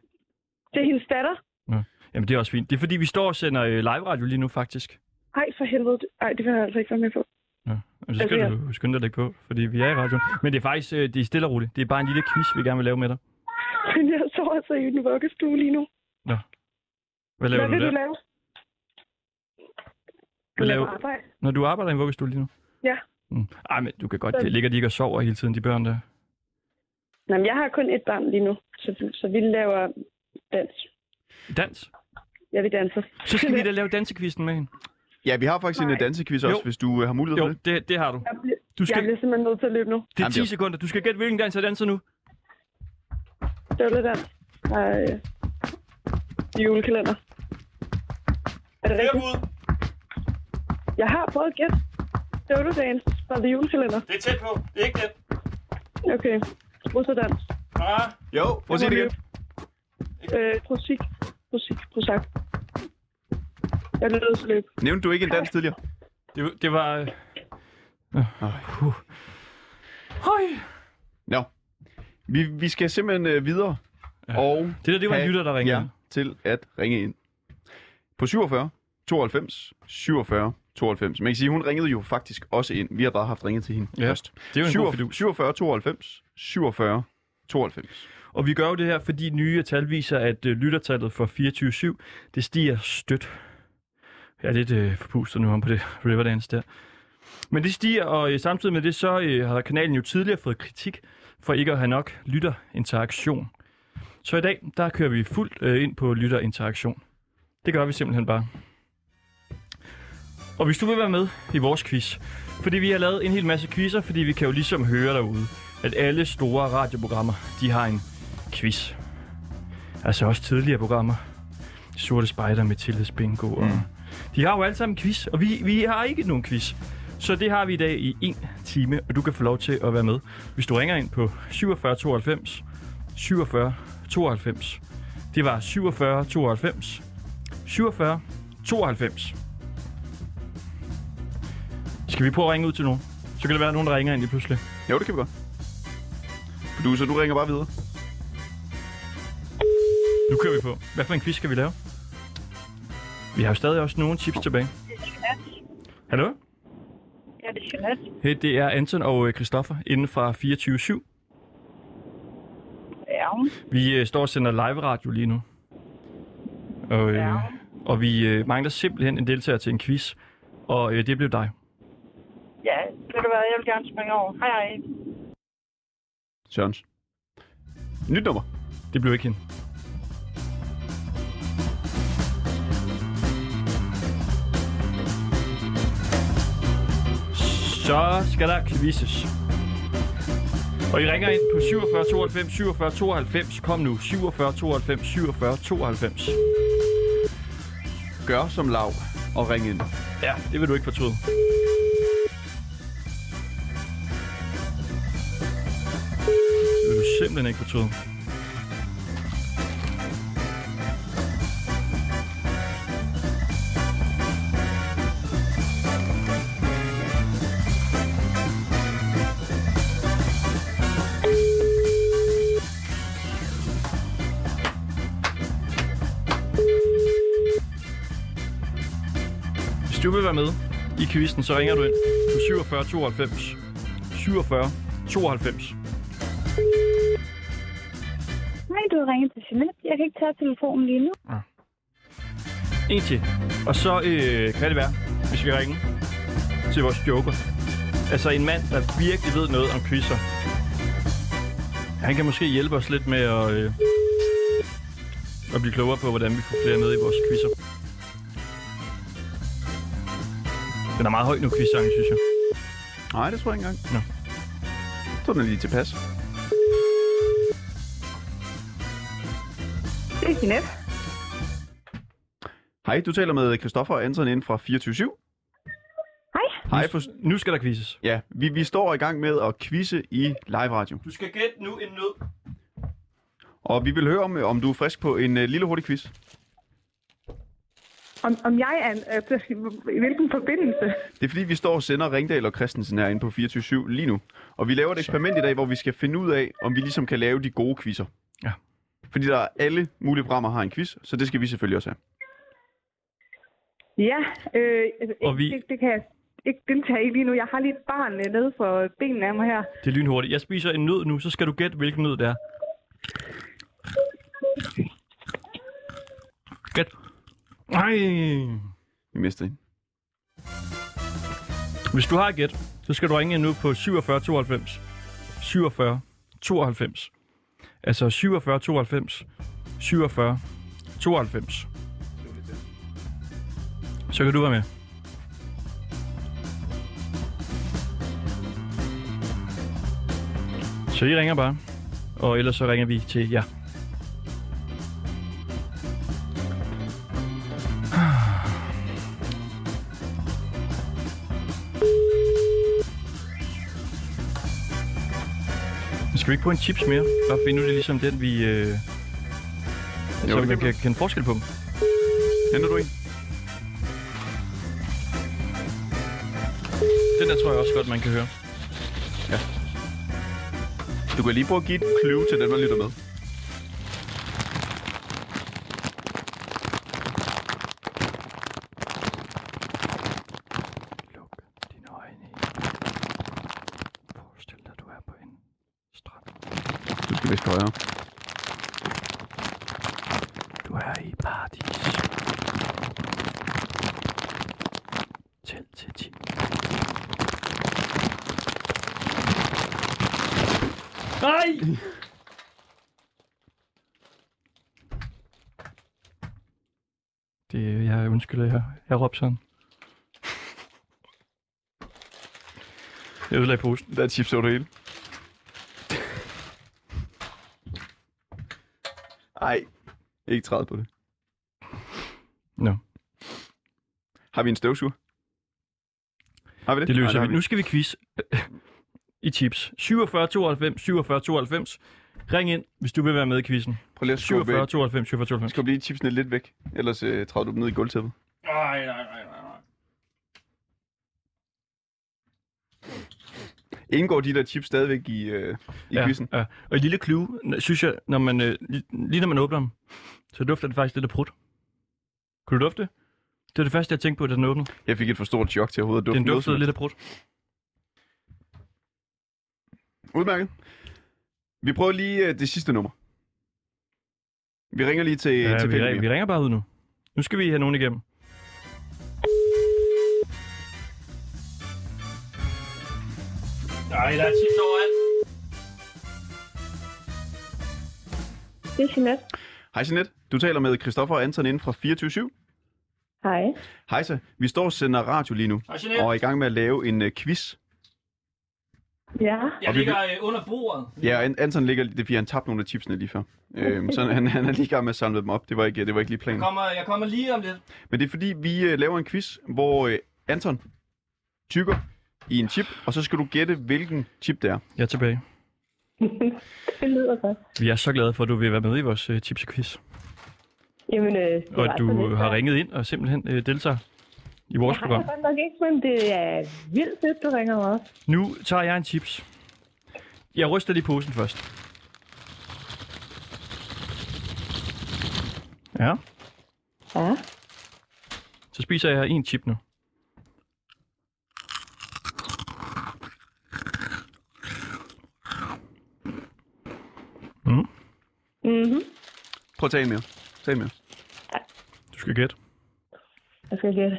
D: Det er hendes datter.
A: Jamen, det er også fint. Det er fordi, vi står og sender øh, live-radio lige nu, faktisk.
D: Ej, for helvede. Ej, det vil jeg altså ikke være med på. <laughs>
A: Jamen, så skal
D: Altså,
A: du skynde dig at lægge på, fordi vi er i radioen. Men det er faktisk øh, det er stille og roligt. Det er bare en lille quiz, vi gerne vil lave med dig.
D: Men jeg sover altså i en vuggestue lige nu.
A: Hvad laver
D: Hvad vil
A: du
D: du
A: der?
D: lave?
A: Hvad laver-
D: Jeg arbejde.
A: Når du arbejder i en vuggestue lige nu?
D: Ja.
A: Mm. Ej, men du kan godt.
D: Sådan.
A: Det ligger de ikke og sover hele tiden, de børn der.
D: Nå, men jeg har kun et barn lige nu, så, så vi laver dans.
A: Dans.
D: Jeg vil danse.
A: Så skal vi da lave dansekvisten med hende.
B: Ja, vi har faktisk en
D: Nej.
B: øh, dansequiz også,
A: Jo.
B: hvis du øh, har mulighed for
A: Jo,
B: det.
A: det, det har du.
D: Jeg bliver,
A: Du
D: jeg
A: skal,
D: bliver simpelthen nødt til at løbe nu.
A: det er
B: Jamen, det
A: 10
B: er-
A: sekunder. Du skal gætte, hvilken dans jeg danser nu.
D: Støvledans. Ej. øh, Julekalender. Er det rigtigt? Jeg har prøvet at gætte støvledans fra The Julekalender.
A: Det er tæt på. Det er ikke det.
D: Okay. Russerdans.
A: Ah,
B: Jo, prøv at sige det igen.
D: Øh, prosik. Prosik. Prosak. Jeg er nødt til at løbe.
B: Nævnte du ikke en dans tidligere?
A: det, det var... Øh... Uh. Høj.
B: Nå. Vi, vi skal simpelthen øh, videre.
A: Ja.
B: Og
A: Det der, det var en
B: have
A: lytter, der ringede.
B: jer til at ringe ind. På 47 92 47 92. Man kan sige, hun ringede jo faktisk også ind. Vi har bare haft ringet til hende
A: Ja,
B: først.
A: Det er jo en god fidus.
B: 47 92 47 92.
A: Og vi gør jo det her, fordi nye tal viser, at øh, lyttertallet for 24-7, det stiger stødt. Jeg er lidt øh, forpustet nu om på det <laughs> Riverdance der. Men det stiger, og øh, samtidig med det, så øh, har kanalen jo tidligere fået kritik for ikke at have nok lytterinteraktion. Så i dag, der kører vi fuldt øh, ind på lytterinteraktion. Det gør vi simpelthen bare. Og hvis du vil være med i vores quiz, fordi vi har lavet en hel masse quizzer, fordi vi kan jo ligesom høre derude, at alle store radioprogrammer, de har en quiz. Altså også tidligere programmer. Sorte Spejder med Tildes Bingo. Og de har jo alle sammen quiz, og vi, vi har ikke nogen quiz. Så det har vi i dag i en time, og du kan få lov til at være med, hvis du ringer ind på 47 92 47 92. Det var 47 92 47 92. Skal vi prøve at ringe ud til nogen? Så kan det være, at nogen der ringer ind lige pludselig.
B: Jo, det kan vi godt. Producer, du ringer bare videre.
A: Nu kører vi på. Hvad for en quiz skal vi lave? Vi har jo stadig også nogle tips tilbage. Hallo? Ja, det er Jeanette. Hey, det er Anton og øh, Christoffer inden fra 24 Ja. Vi øh, står og sender live radio lige nu. Og, øh, ja. og vi øh, mangler simpelthen en deltager til en quiz. Og øh, det blev dig.
G: Ja, ved du hvad, jeg vil gerne springe over. Hej, hej.
B: Sørens. Nyt nummer.
A: Det blev ikke hende. Så skal der quizzes. Og I ringer ind på 47 92 47 92. Kom nu, 47 92 47 92.
B: Gør som lav og ring ind.
A: Ja, det vil du ikke fortryde. Det vil du simpelthen ikke fortryde. Hvis du vil være med i quizzen, så ringer du ind på 47 92 47 92.
H: Nej, du har ringet til Jeanette. Jeg kan ikke tage telefonen lige nu.
A: En til. Og så øh, kan det være, vi skal ringe til vores joker. Altså en mand, der virkelig ved noget om quizzer. Han kan måske hjælpe os lidt med at, øh, at blive klogere på, hvordan vi får flere med i vores quizzer. Den er meget høj nu, quizsangen, synes jeg.
B: Nej, det tror jeg ikke engang.
A: Nå.
B: Jeg tror, den er lige tilpas.
G: Det er Jeanette.
B: Hej, du taler med Christoffer og Anton inden fra 24
H: Hej.
B: Hej, for...
A: Nu skal der quizzes.
B: ja, vi, vi står i gang med at quizze i live radio.
A: Du skal gætte nu en nød.
B: Og vi vil høre, om, om du er frisk på en øh, lille hurtig quiz.
D: Om, om jeg er... en- Altså, i hvilken forbindelse?
B: Det er fordi, vi står og sender Ringdal og Christensen herinde på 24-7 lige nu. Og vi laver et eksperiment i dag, hvor vi skal finde ud af, om vi ligesom kan lave de gode quizzer.
A: Ja.
B: Fordi der er alle mulige programmer har en quiz, så det skal vi selvfølgelig også have.
D: Ja, øh, altså,
A: Og vi-
D: det, det kan jeg ikke deltage i lige nu. Jeg har lige et barn øh, nede for benene af mig her.
A: Det er lynhurtigt. Jeg spiser en nød nu, så skal du gætte, hvilken nød det er. Gæt. Nej.
B: Vi mister en.
A: Hvis du har et gæt, så skal du ringe ind nu på 47 92 47 92. Altså 47 92 47 92. Så kan du være med. Så I ringer bare, og ellers så ringer vi til jer. Skal vi ikke på en chips mere? Bare fordi nu er det ligesom den, vi... Øh,
B: det
A: så man
B: kan vi.
A: kan kende forskel på dem.
B: Kender du en?
A: Den der tror jeg også godt, man kan høre.
B: Du kan lige prøve at give et clue til dem, der lytter med.
A: Luk dine øjne. Forestil dig, du er på en strand.
B: Du skal vist højere.
A: Du er i paradis. Tæl til 10. Nej! Det, jeg undskylder, jeg, jeg råbte sådan. Jeg ødelagde posen.
B: Der er chips over det hele. Ej, ikke træde på det.
A: Nå.
B: Har vi en støvsuger? Har vi det?
A: Det
B: Nej,
A: løser
B: har
A: vi. Nu skal vi quiz i tips. 47 92 47 92. Ring ind, hvis du vil være med i quizzen.
B: Prøv lige at skubbe,
A: 47 92 47 92.
B: skubbe lige chipsene lidt væk. Ellers øh, træder du dem ned i gulvtæppet.
A: Nej, nej, nej, nej.
B: Indgår de der chips stadigvæk i, øh, i ja. quizzen?
A: Ja, ja. Og et lille clue, n- synes jeg, når man, øh, li- lige når man åbner dem, så dufter det faktisk lidt af prut. Kunne du dufte det? Det var det første, jeg tænkte på, da den åbnede.
B: Jeg fik et for stort chok til overhovedet at dufte
A: Den
B: noget som
A: duftede lidt af prut.
B: helst. Udmærket. Vi prøver lige øh, det sidste nummer. Vi ringer lige til,
A: Ja,
B: til
A: vi,
B: Fællemir.
A: ring- vi ringer bare ud nu. Nu skal vi have nogen igennem. Nej, der er tit overalt.
H: Det er Jeanette.
B: Hej Jeanette, du taler med Christoffer og Anton inden fra 24
H: Hej.
B: Hej så, vi står og sender radio lige nu,
A: Hej,
B: og er i gang med at lave en uh, quiz.
H: Ja.
A: Jeg
B: Og vi- ligger,
A: Øh, under bordet.
B: Ja, An- Anton ligger, det er fordi han tabte nogle af chipsene lige før. Øhm, så han, han er lige i gang med at samle dem op, det var ikke, øh, det var ikke lige planen.
A: Kommer, jeg kommer lige om lidt.
B: Men det er fordi, vi uh, laver en quiz, hvor uh, Anton tykker i en chip, og så skal du gætte, hvilken chip det er.
A: Jeg er tilbage.
H: Det lyder godt.
A: Vi er så glade for, at du vil være med i vores uh, tips og quiz.
H: Jamen, øh, det
A: Og
H: var
A: at
H: sådan
A: du
H: lidt.
A: har ringet ind og simpelthen uh, deltager i vores
H: Jeg har
A: program.
H: jeg godt nok ikke, men det er vildt fedt, du ringer mig op.
A: Nu tager jeg en chips. Jeg ryster lige posen først. Ja,
H: Ja.
A: så spiser jeg en chip nu.
D: Mm-hmm.
B: Prøv at tage en mere. Tag en mere.
A: Du skal gætte.
D: Jeg skal gætte.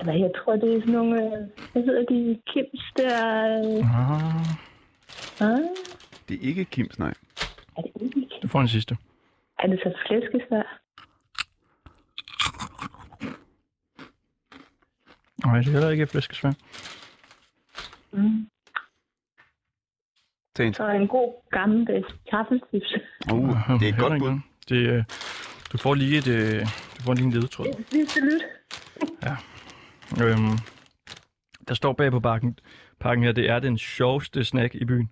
D: Eller jeg tror, det er sådan nogle... Øh, hvad hedder de? Kims der... Øh,
A: Ah,
D: ah,
B: Det er ikke Kims, nej.
D: er det ikke Kims?
A: du får en sidste.
D: Er det så flæskesvær?
A: Nej, det er heller ikke flæskesvær.
B: Tag en.
D: Så er det en god øh, gammeldags kaffetips.
B: Uh, det er et godt bud.
A: Det, øh, du får lige et, øh, du får lige en ledetråd.
D: Sidste lyt.
A: Øhm, der står bag på bakken, pakken her, det er den sjoveste snack i byen.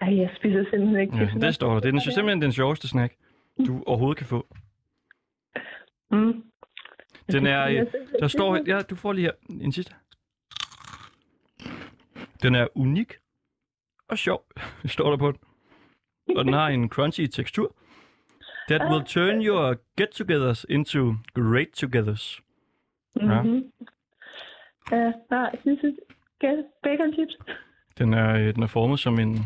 D: Ej, jeg spiser simpelthen ikke
A: Ja, det står der. Det er den, simpelthen den sjoveste snack, du overhovedet kan få.
D: Mm.
A: Den er, <laughs> øh, der står, ja, du får lige her en sidste. Den er unik og sjov, <laughs> står der på den. Og den har en crunchy tekstur. That will turn your get-togethers into great togethers. Ja.
D: Mm-hmm. Ja. Uh, nej, sidste gæt. Bacon chips.
A: Den er, øh, den er formet som en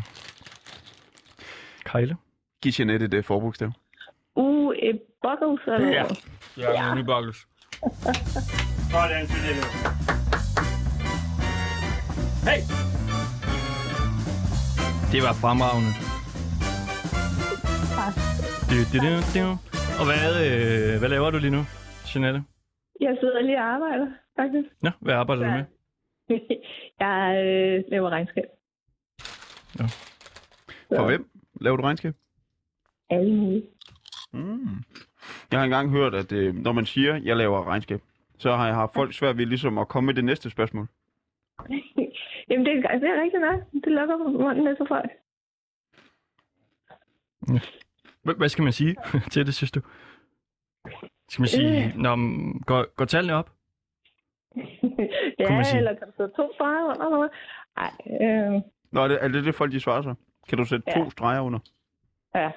A: kejle.
B: Giv Jeanette et uh, forbogstav.
D: Uh, et buckles eller ja.
A: Ja, en nybakkels.
I: Sådan, Pernille.
A: Det var fremragende. Du, du, du, du. Og hvad, øh, hvad laver du lige nu, Jeanette?
D: Jeg sidder lige og arbejder, faktisk. <laughs>
A: Nå, hvad arbejder du med?
D: jeg øh, laver regnskab.
B: For
D: Ja.
B: hvem laver du regnskab?
D: Alle mulige.
B: Jeg har engang hørt, at øh, når man siger, jeg laver regnskab, så har jeg haft folk svært ved ligesom at komme med det næste spørgsmål.
D: Jamen, det, altså, det er rigtigt nok. Det lukker munden lidt for folk. <laughs>
A: Hva- Hvad skal man sige <laughs> til det, synes du? Skal man sige, Nå, men går, går tallene op? Kunne
D: ja,
A: man sige.
D: eller kan du sidde to streger under eller hvad? Ej, øh,
B: Nå, er det, er det det, folk de svarer så? Kan du sætte ja.
D: Ja.
B: to streger under?
D: ja.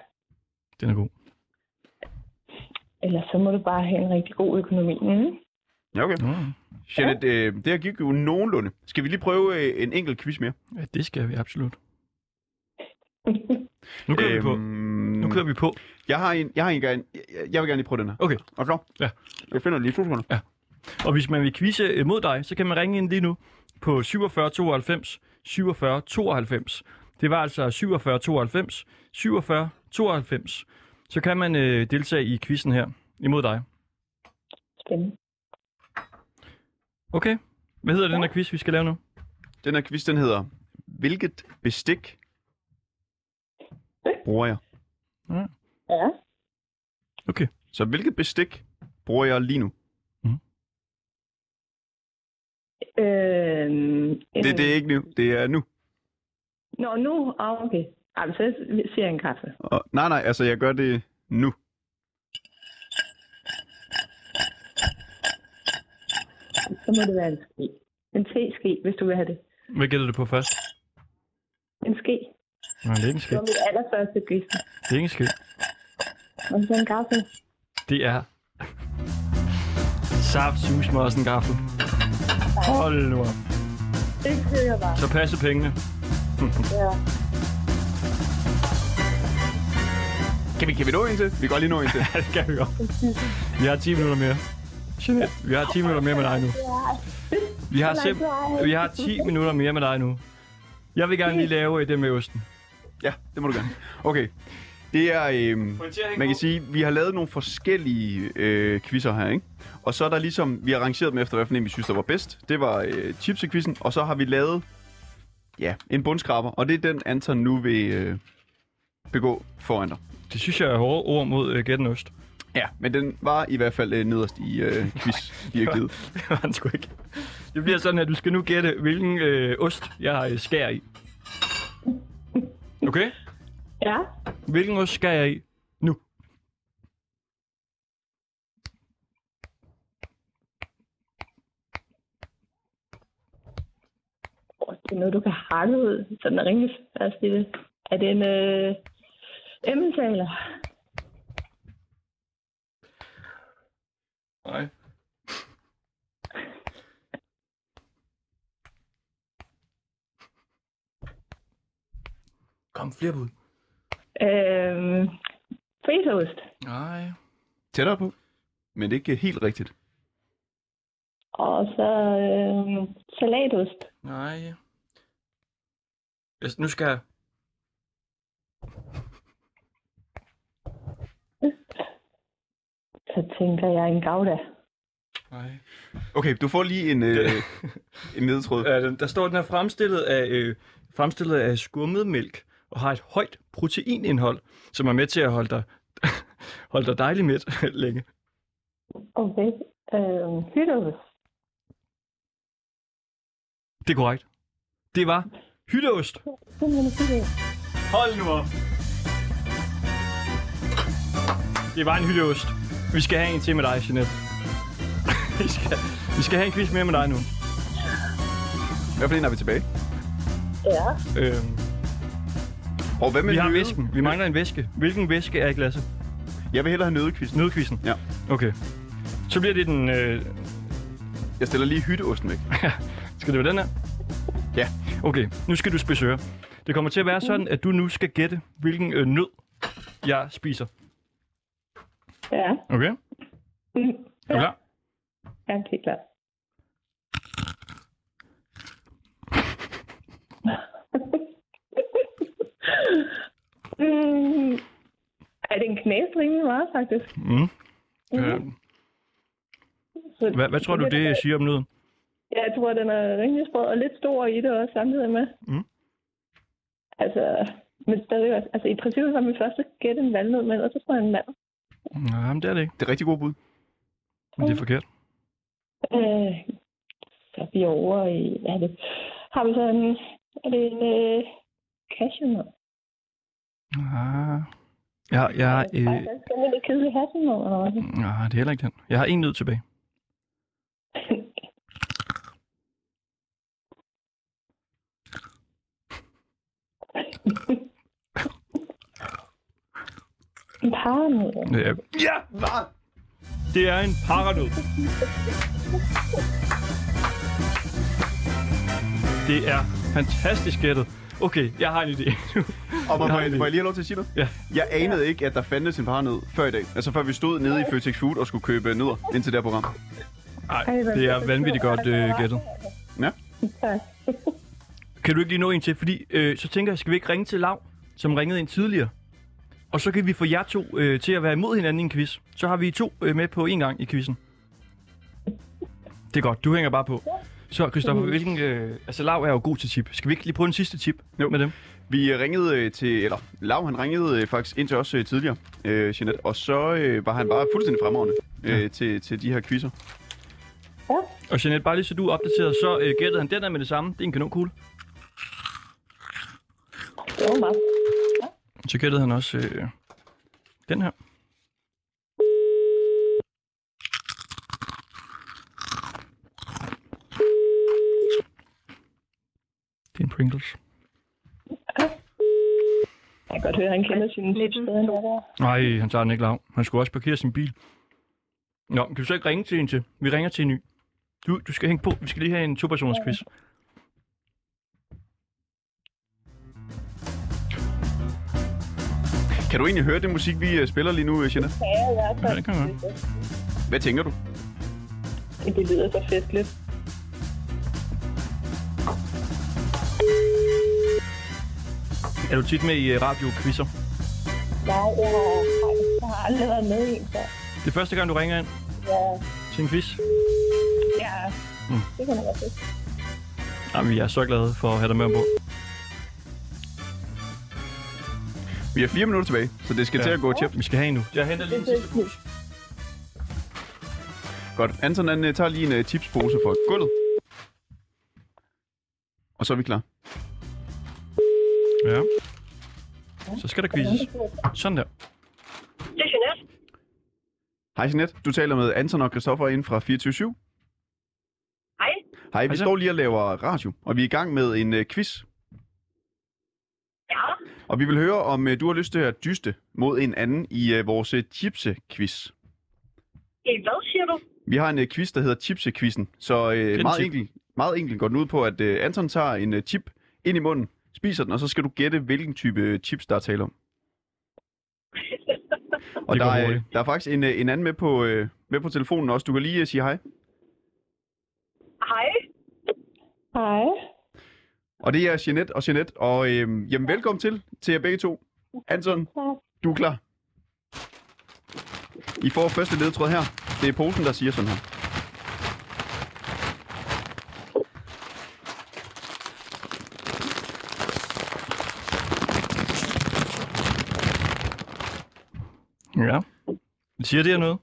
A: Den er god.
D: Ellers så må du bare have en rigtig god økonomi. Mm.
B: Ja, okay.
A: Mm.
B: Jeanette, øh, det her gik jo nogenlunde. Skal vi lige prøve øh, en enkelt quiz mere?
A: Ja, det skal vi absolut. Nu kører vi på.
B: Øhm.
A: Nu
B: Nu
A: kører vi på.
B: Jeg har en, jeg har en gerne, jeg, jeg vil gerne lige prøve den her.
A: Okay.
B: Er du klar?
A: Ja.
B: Jeg finder den lige to sekunder.
A: Og hvis man vil quizze øh, mod dig, så kan man ringe ind lige nu på 47 92 47 92. Det var altså 47 92 47 92. Så kan man øh, deltage i quizzen her imod dig.
D: <laughs> Spændende.
A: Okay. Hvad hedder den her quiz, vi skal lave nu?
B: Den her quiz, den hedder, hvilket bestik bruger jeg?
D: Ja.
B: Så hvilket bestik bruger jeg lige nu?
D: Øh,
B: Det, det er ikke nu, det er nu.
D: Nå, nu? Ah, okay. Ej, men så ser jeg en kaffe.
B: Og, nej, nej, altså jeg gør det nu.
D: Så må det være en ske. En teske, hvis du vil have det.
A: Hvad gætter du på først?
D: En ske.
A: Nej, det er ikke en
D: Det
A: skæld.
D: var mit allerførste gæst.
A: Det er ikke en skæld.
D: Og så en kaffe.
A: Det er... <laughs> Saft, sus, mig også en gaffel. Hold nu op.
D: Det kører bare.
A: Så passer pengene.
D: Ja.
B: Kan vi, kan vi nå en til? Vi kan godt lige nå en til.
A: Ja, det kan vi godt. Vi har 10 minutter mere. Jeanette, vi har 10 minutter mere med dig nu. Vi har, sim- vi har 10 minutter mere med dig nu. Jeg vil gerne lige lave øh, det med osten.
B: Ja, det må du gerne. Okay. Det er, øhm, man kan sige, vi har lavet nogle forskellige øh, quizzer her, ikke? Og så er der ligesom, vi har rangeret dem efter, hvad for en vi synes, der var bedst. Det var øh, chipsequizzen, og så har vi lavet, ja, en bundskraber. Og det er den, Anton nu vil øh, begå foran dig.
A: Det synes jeg er hårde ord mod uh, gætten ost. <laughs>
B: Ja, men den var i hvert fald øh, nederst i øh, quiz-hierarkiet.
A: Det var han sgu ikke. Det bliver sådan, at du skal nu gætte, hvilken øh, ost jeg øh, skærer i. Okay?
D: Ja.
A: Hvilken ost skærer jeg i? Nu.
D: Åh, Det er noget, du kan hakke ud, så den er rimelig fast i det. Er det en øh, emmentaler?
A: Nej. Kom, flere bud.
D: Øhm, frisost.
A: Nej.
B: Tættere på, men det er ikke helt rigtigt.
D: Og så øhm, salatost.
A: Nej. Hvis nu skal jeg...
D: Så tænker jeg en gavda.
A: Nej.
B: Okay, du får lige en, øh, <laughs> en nedtråd.
A: Ja, den- Øh, der står, at den er fremstillet af, øh, fremstillet af skummet mælk og har et højt proteinindhold, som er med til at holde dig, <laughs> holde dig dejlig mæt <laughs> længe.
D: Okay. Øhm, hytteost.
A: Det er korrekt. Det var hytteost.
D: Simpelthen hytteost.
A: Hold nu op. Det var en hytteost. Vi skal have en til med dig, Jeanette. <laughs> vi, skal, vi skal have en quiz mere med dig nu.
B: Hvad for en er vi tilbage?
D: Ja.
A: Øhm,
B: Og hvad med
A: vi har
B: nøde?
A: væsken. Vi mangler en væske. Hvilken væske er i glasset?
B: Jeg vil hellere have nødekvisten.
A: Nødkvisten?
B: Ja.
A: Okay. Så bliver det den... Øh...
B: Jeg stiller lige hytteosten væk.
A: skal det være den her?
B: Ja.
A: Okay, nu skal du spidse ører. Det kommer til at være sådan, at du nu skal gætte, hvilken øh, nød jeg spiser.
D: Ja.
A: Okay? Er
D: Mm.
A: du klar?
D: Ja, det er <laughs> klart. mm. Ej, den knæste rimelig meget, faktisk.
A: Mm.
D: Mhm.
A: Øh,
D: Så
A: hvad, hvad tror du, det øh, siger om nøden?
D: Ja, jeg tror, den er rimelig sprød og lidt stor i det også samtidig med.
A: Mm.
D: Altså, men stadig også. Altså, i princippet var min første gæt en valnød, men ellers så tror jeg en mand.
A: Nej, men det er det ikke.
B: Det er rigtig god bud.
A: Men det er forkert.
D: Øh, så er vi over i, hvad er det? Har vi så en, er det en øh, cashewnød?
A: Ah. Jeg, har- jeg, har, øh,
D: Øh. Skal man lidt kedelig hasselnød eller hvad? <laughs>
A: nej, det er heller ikke den. Jeg har en nød tilbage.
D: En paranød?
A: Ja,
B: Ja, hvad?
A: det er en paranød. Det er fantastisk gættet. Okay, jeg har en idé. <laughs>
B: Og må, må,
A: Nej,
B: jeg,
A: det-
B: må jeg lige have lov til at sige noget?
A: Ja.
B: Jeg anede ikke, at der fandtes en paranød før i dag. Altså før vi stod nede i Føtex Food og skulle købe nødder indtil det her program.
A: Nej, det er vanvittigt godt øh, gættet.
B: Ja.
D: Tak.
A: <laughs> Kan du ikke lige nå en til? Fordi øh, så tænker jeg, skal vi ikke ringe til Lav, som ringede ind tidligere? Og så kan vi få jer to øh, til at være imod hinanden i en quiz. Så har vi to øh, med på en gang i quizzen. Det er godt, du hænger bare på. Så Christoffer, hvilken... Øh, altså Lav er jo god til tip. Skal vi ikke lige prøve en sidste tip
B: Jo.
A: med dem?
B: Vi øh, ringede øh, til, eller Lav han ringede øh, faktisk ind til os øh, tidligere, øh, Jeanette, og så øh, var han bare fuldstændig fremragende øh, til, til de her quizzer.
A: Og Jeanette, bare lige så du er opdateret, så øh, gættede han den der med det samme. Det er en kanonkugle.
D: Det var meget.
A: Så gættede han også øh, den her. Det er en Pringles.
D: Jeg kan godt høre, at han kender sine tips bedre end jeg der.
A: Nej, han tager den ikke lav. Han skulle også parkere sin bil. Nå, kan du så ikke ringe til en til? Vi ringer til en ny. Du, du skal hænge på. Vi skal lige have en to-personers quiz.
B: Kan du egentlig høre det musik, vi øh, spiller lige nu, øh, Jeanette?
D: Ja, i hvert
A: Ja,
D: fald.
A: det kan man.
B: Hvad tænker du?
D: Det lyder så festligt.
A: Er du tit med i øh, radio-quizzer?
D: Nej, jeg har, jeg har aldrig været med i en før.
A: Det er første gang, du ringer ind
D: Ja,
A: til en quiz.
D: ja.
A: Mm.
D: det kan man godt se.
A: Jamen, jeg er så glad for at have dig med ombord.
B: Vi har fire minutter tilbage, så det skal
A: Ja.
B: ja. til at gå tjept.
A: Vi skal have en nu. Jeg henter lige en sidste pose.
B: Godt. Anton han, øh, tager lige en øh, tipspose for gulvet. Og så er vi klar.
A: Ja. Så skal der quizzes. Sådan der.
J: Det er Jeanette.
B: Hej Jeanette, du taler med Anton og Christoffer inden fra 24
J: Hej.
B: Hej, vi
A: så.
B: står lige og laver radio, og vi er i gang med en øh, quiz.
J: Ja.
B: Og vi vil høre, om øh, du har lyst til at dyste mod en anden i øh, vores øh, chipse-quiz.
J: Øh, Hvad siger du?
B: Vi har en øh, quiz, der hedder chipse-quizzen. Så øh, meget,
A: chip.
B: enkelt, meget enkelt går den ud på, at øh, Anton tager en øh, chip ind i munden, spiser den, og så skal du gætte, hvilken type øh, chips, der er tale om. Og
A: Det
B: der
A: går
B: er,
A: hurtigt.
B: der er faktisk en, øh, en anden med på, øh, med på telefonen også. Du kan lige øh, sige hej.
G: Hej.
D: Hej.
B: Og det er Jeanette og Jeanette. Og øh, jamen, velkommen til, til jer begge to. Anton, du er klar. I får første ledtråd her. Det er posen, der siger sådan her.
A: Ja. Siger det her noget?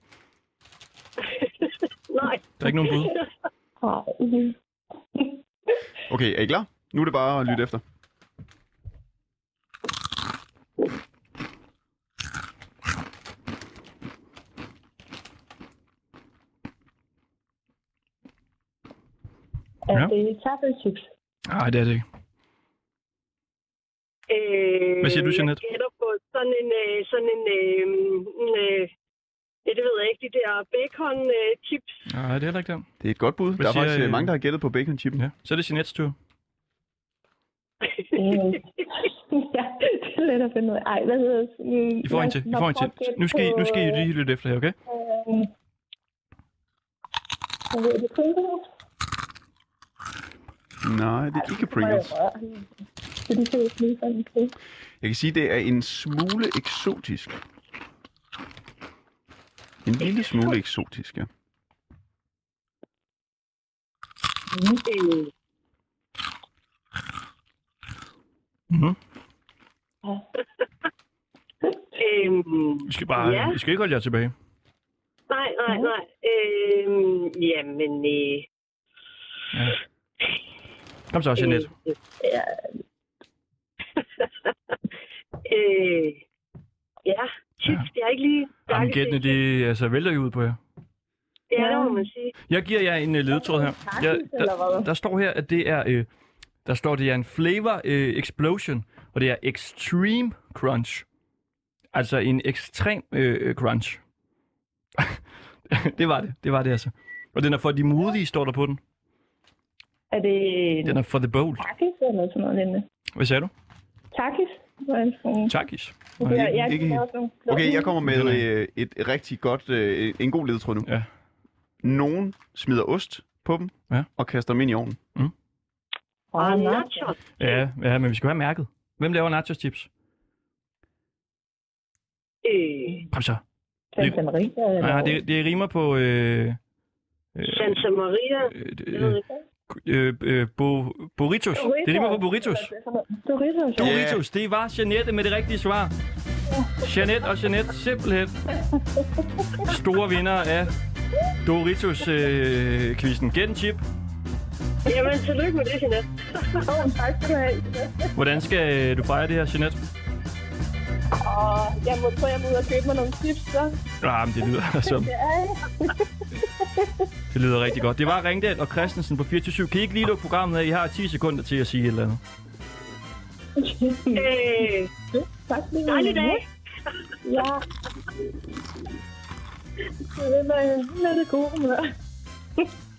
G: Nej.
A: Der er ikke nogen bud.
D: Hej.
B: Okay, er I klar? Nu er det bare at lytte efter.
A: Ja.
D: Er ja. det
A: <laughs>
D: taffelchips?
A: Nej, det er det ikke.
G: Øh,
A: Hvad siger du, Jeanette?
G: Jeg gætter på sådan en, øh, sådan en, øh, en øh, det, det ved jeg ikke, de der bacon øh, chips.
A: Nej, det er heller ikke det.
B: Det er et godt bud.
A: Hvad
B: der er
A: siger
B: faktisk
A: I?
B: øh, mange, der har gættet på bacon-chippen.
A: Ja. Så er det Jeanettes tur.
D: Øh, <laughs> ja, det er let at finde ud af. Ej, hvad hedder det?
A: I får en til. I får en til. Nu skal I, nu skal I
D: øh,
A: lige lytte efter her, okay?
D: Hvad hedder det? Pringles?
B: Nej, det er ikke
D: Må jeg
B: Pringles.
D: røre? Det er det, lige sådan en
B: Jeg kan sige, det er en smule eksotisk. En lille smule eksotisk, ja.
G: Øh,
A: Mm-hmm.
G: øh,
A: I skal bare,
G: Ja.
A: I skal ikke holde jer tilbage.
G: nej, nej, nej. Øh, jamen, øh,
A: Kom så, Jeanette.
G: øh, ja, chips, det er ikke lige... der er
A: Jamen,
G: ikke
A: gættene,
G: lige-
A: de altså, vælter jo ud på jer.
G: Ja, det må man sige.
A: Jeg giver jer en uh, ledetråd her. Jeg,
D: eller
A: der,
D: hvad?
A: der står her, at det er... Øh, der står, det er en flavor øh, explosion, og det er extreme crunch. Altså en ekstrem øh, crunch. <laughs> det var det. Det var det altså. Og den er for de modige, står der på den.
D: Er det
A: Den er for the bold.
D: takis eller sådan noget lignende?
A: Hvad sagde du?
D: Takis? Hvordan sådan nogle-
A: Takis.
D: Ja, ja,
B: ikke
D: de laver
B: helt.
D: sådan nogle
B: Okay,
D: klokke.
B: jeg kommer med øh, et rigtig godt, øh, en god ledetråd nu.
A: Ja.
B: Nogen smider ost på dem
A: Ja.
B: og kaster dem ind i ovnen.
G: Og
D: Åh, nej.
G: nachos.
A: Ja, ja, men vi skal jo have mærket. Hvem laver nachos chips?
G: Øh,
A: Kom så.
D: Santa Maria eller
A: Nej, det, det rimer på... Øh, øh,
G: Santa Maria.
A: øh,
G: Jeg ved
A: øh,
G: ikke.
A: øh, øh, bo, burritos. Det rimer på burritos.
D: Doritos.
B: Ja.
A: Doritos, det var Jeanette med det rigtige svar. Jeanette og Jeanette, simpelthen. Store vinder af Doritos-quizzen. Øh, Gæt en chip.
G: Jamen, tillykke med det, Jeanette.
D: Åh, tak skal du have.
A: Hvordan skal øh, du fejre det her, Jeanette?
D: Og jeg må prøve, at jeg må ud og købe mig nogle chips, så.
A: Ah, men det lyder <laughs> som... Det lyder rigtig godt. Det var Ringdal og Christensen på 24 Kan I ikke lige lukke programmet af? I har 10 sekunder til at sige et eller andet.
G: Øh,
D: Tak lige
G: dejlig dag.
D: Ja. Det er med, med det gode humør.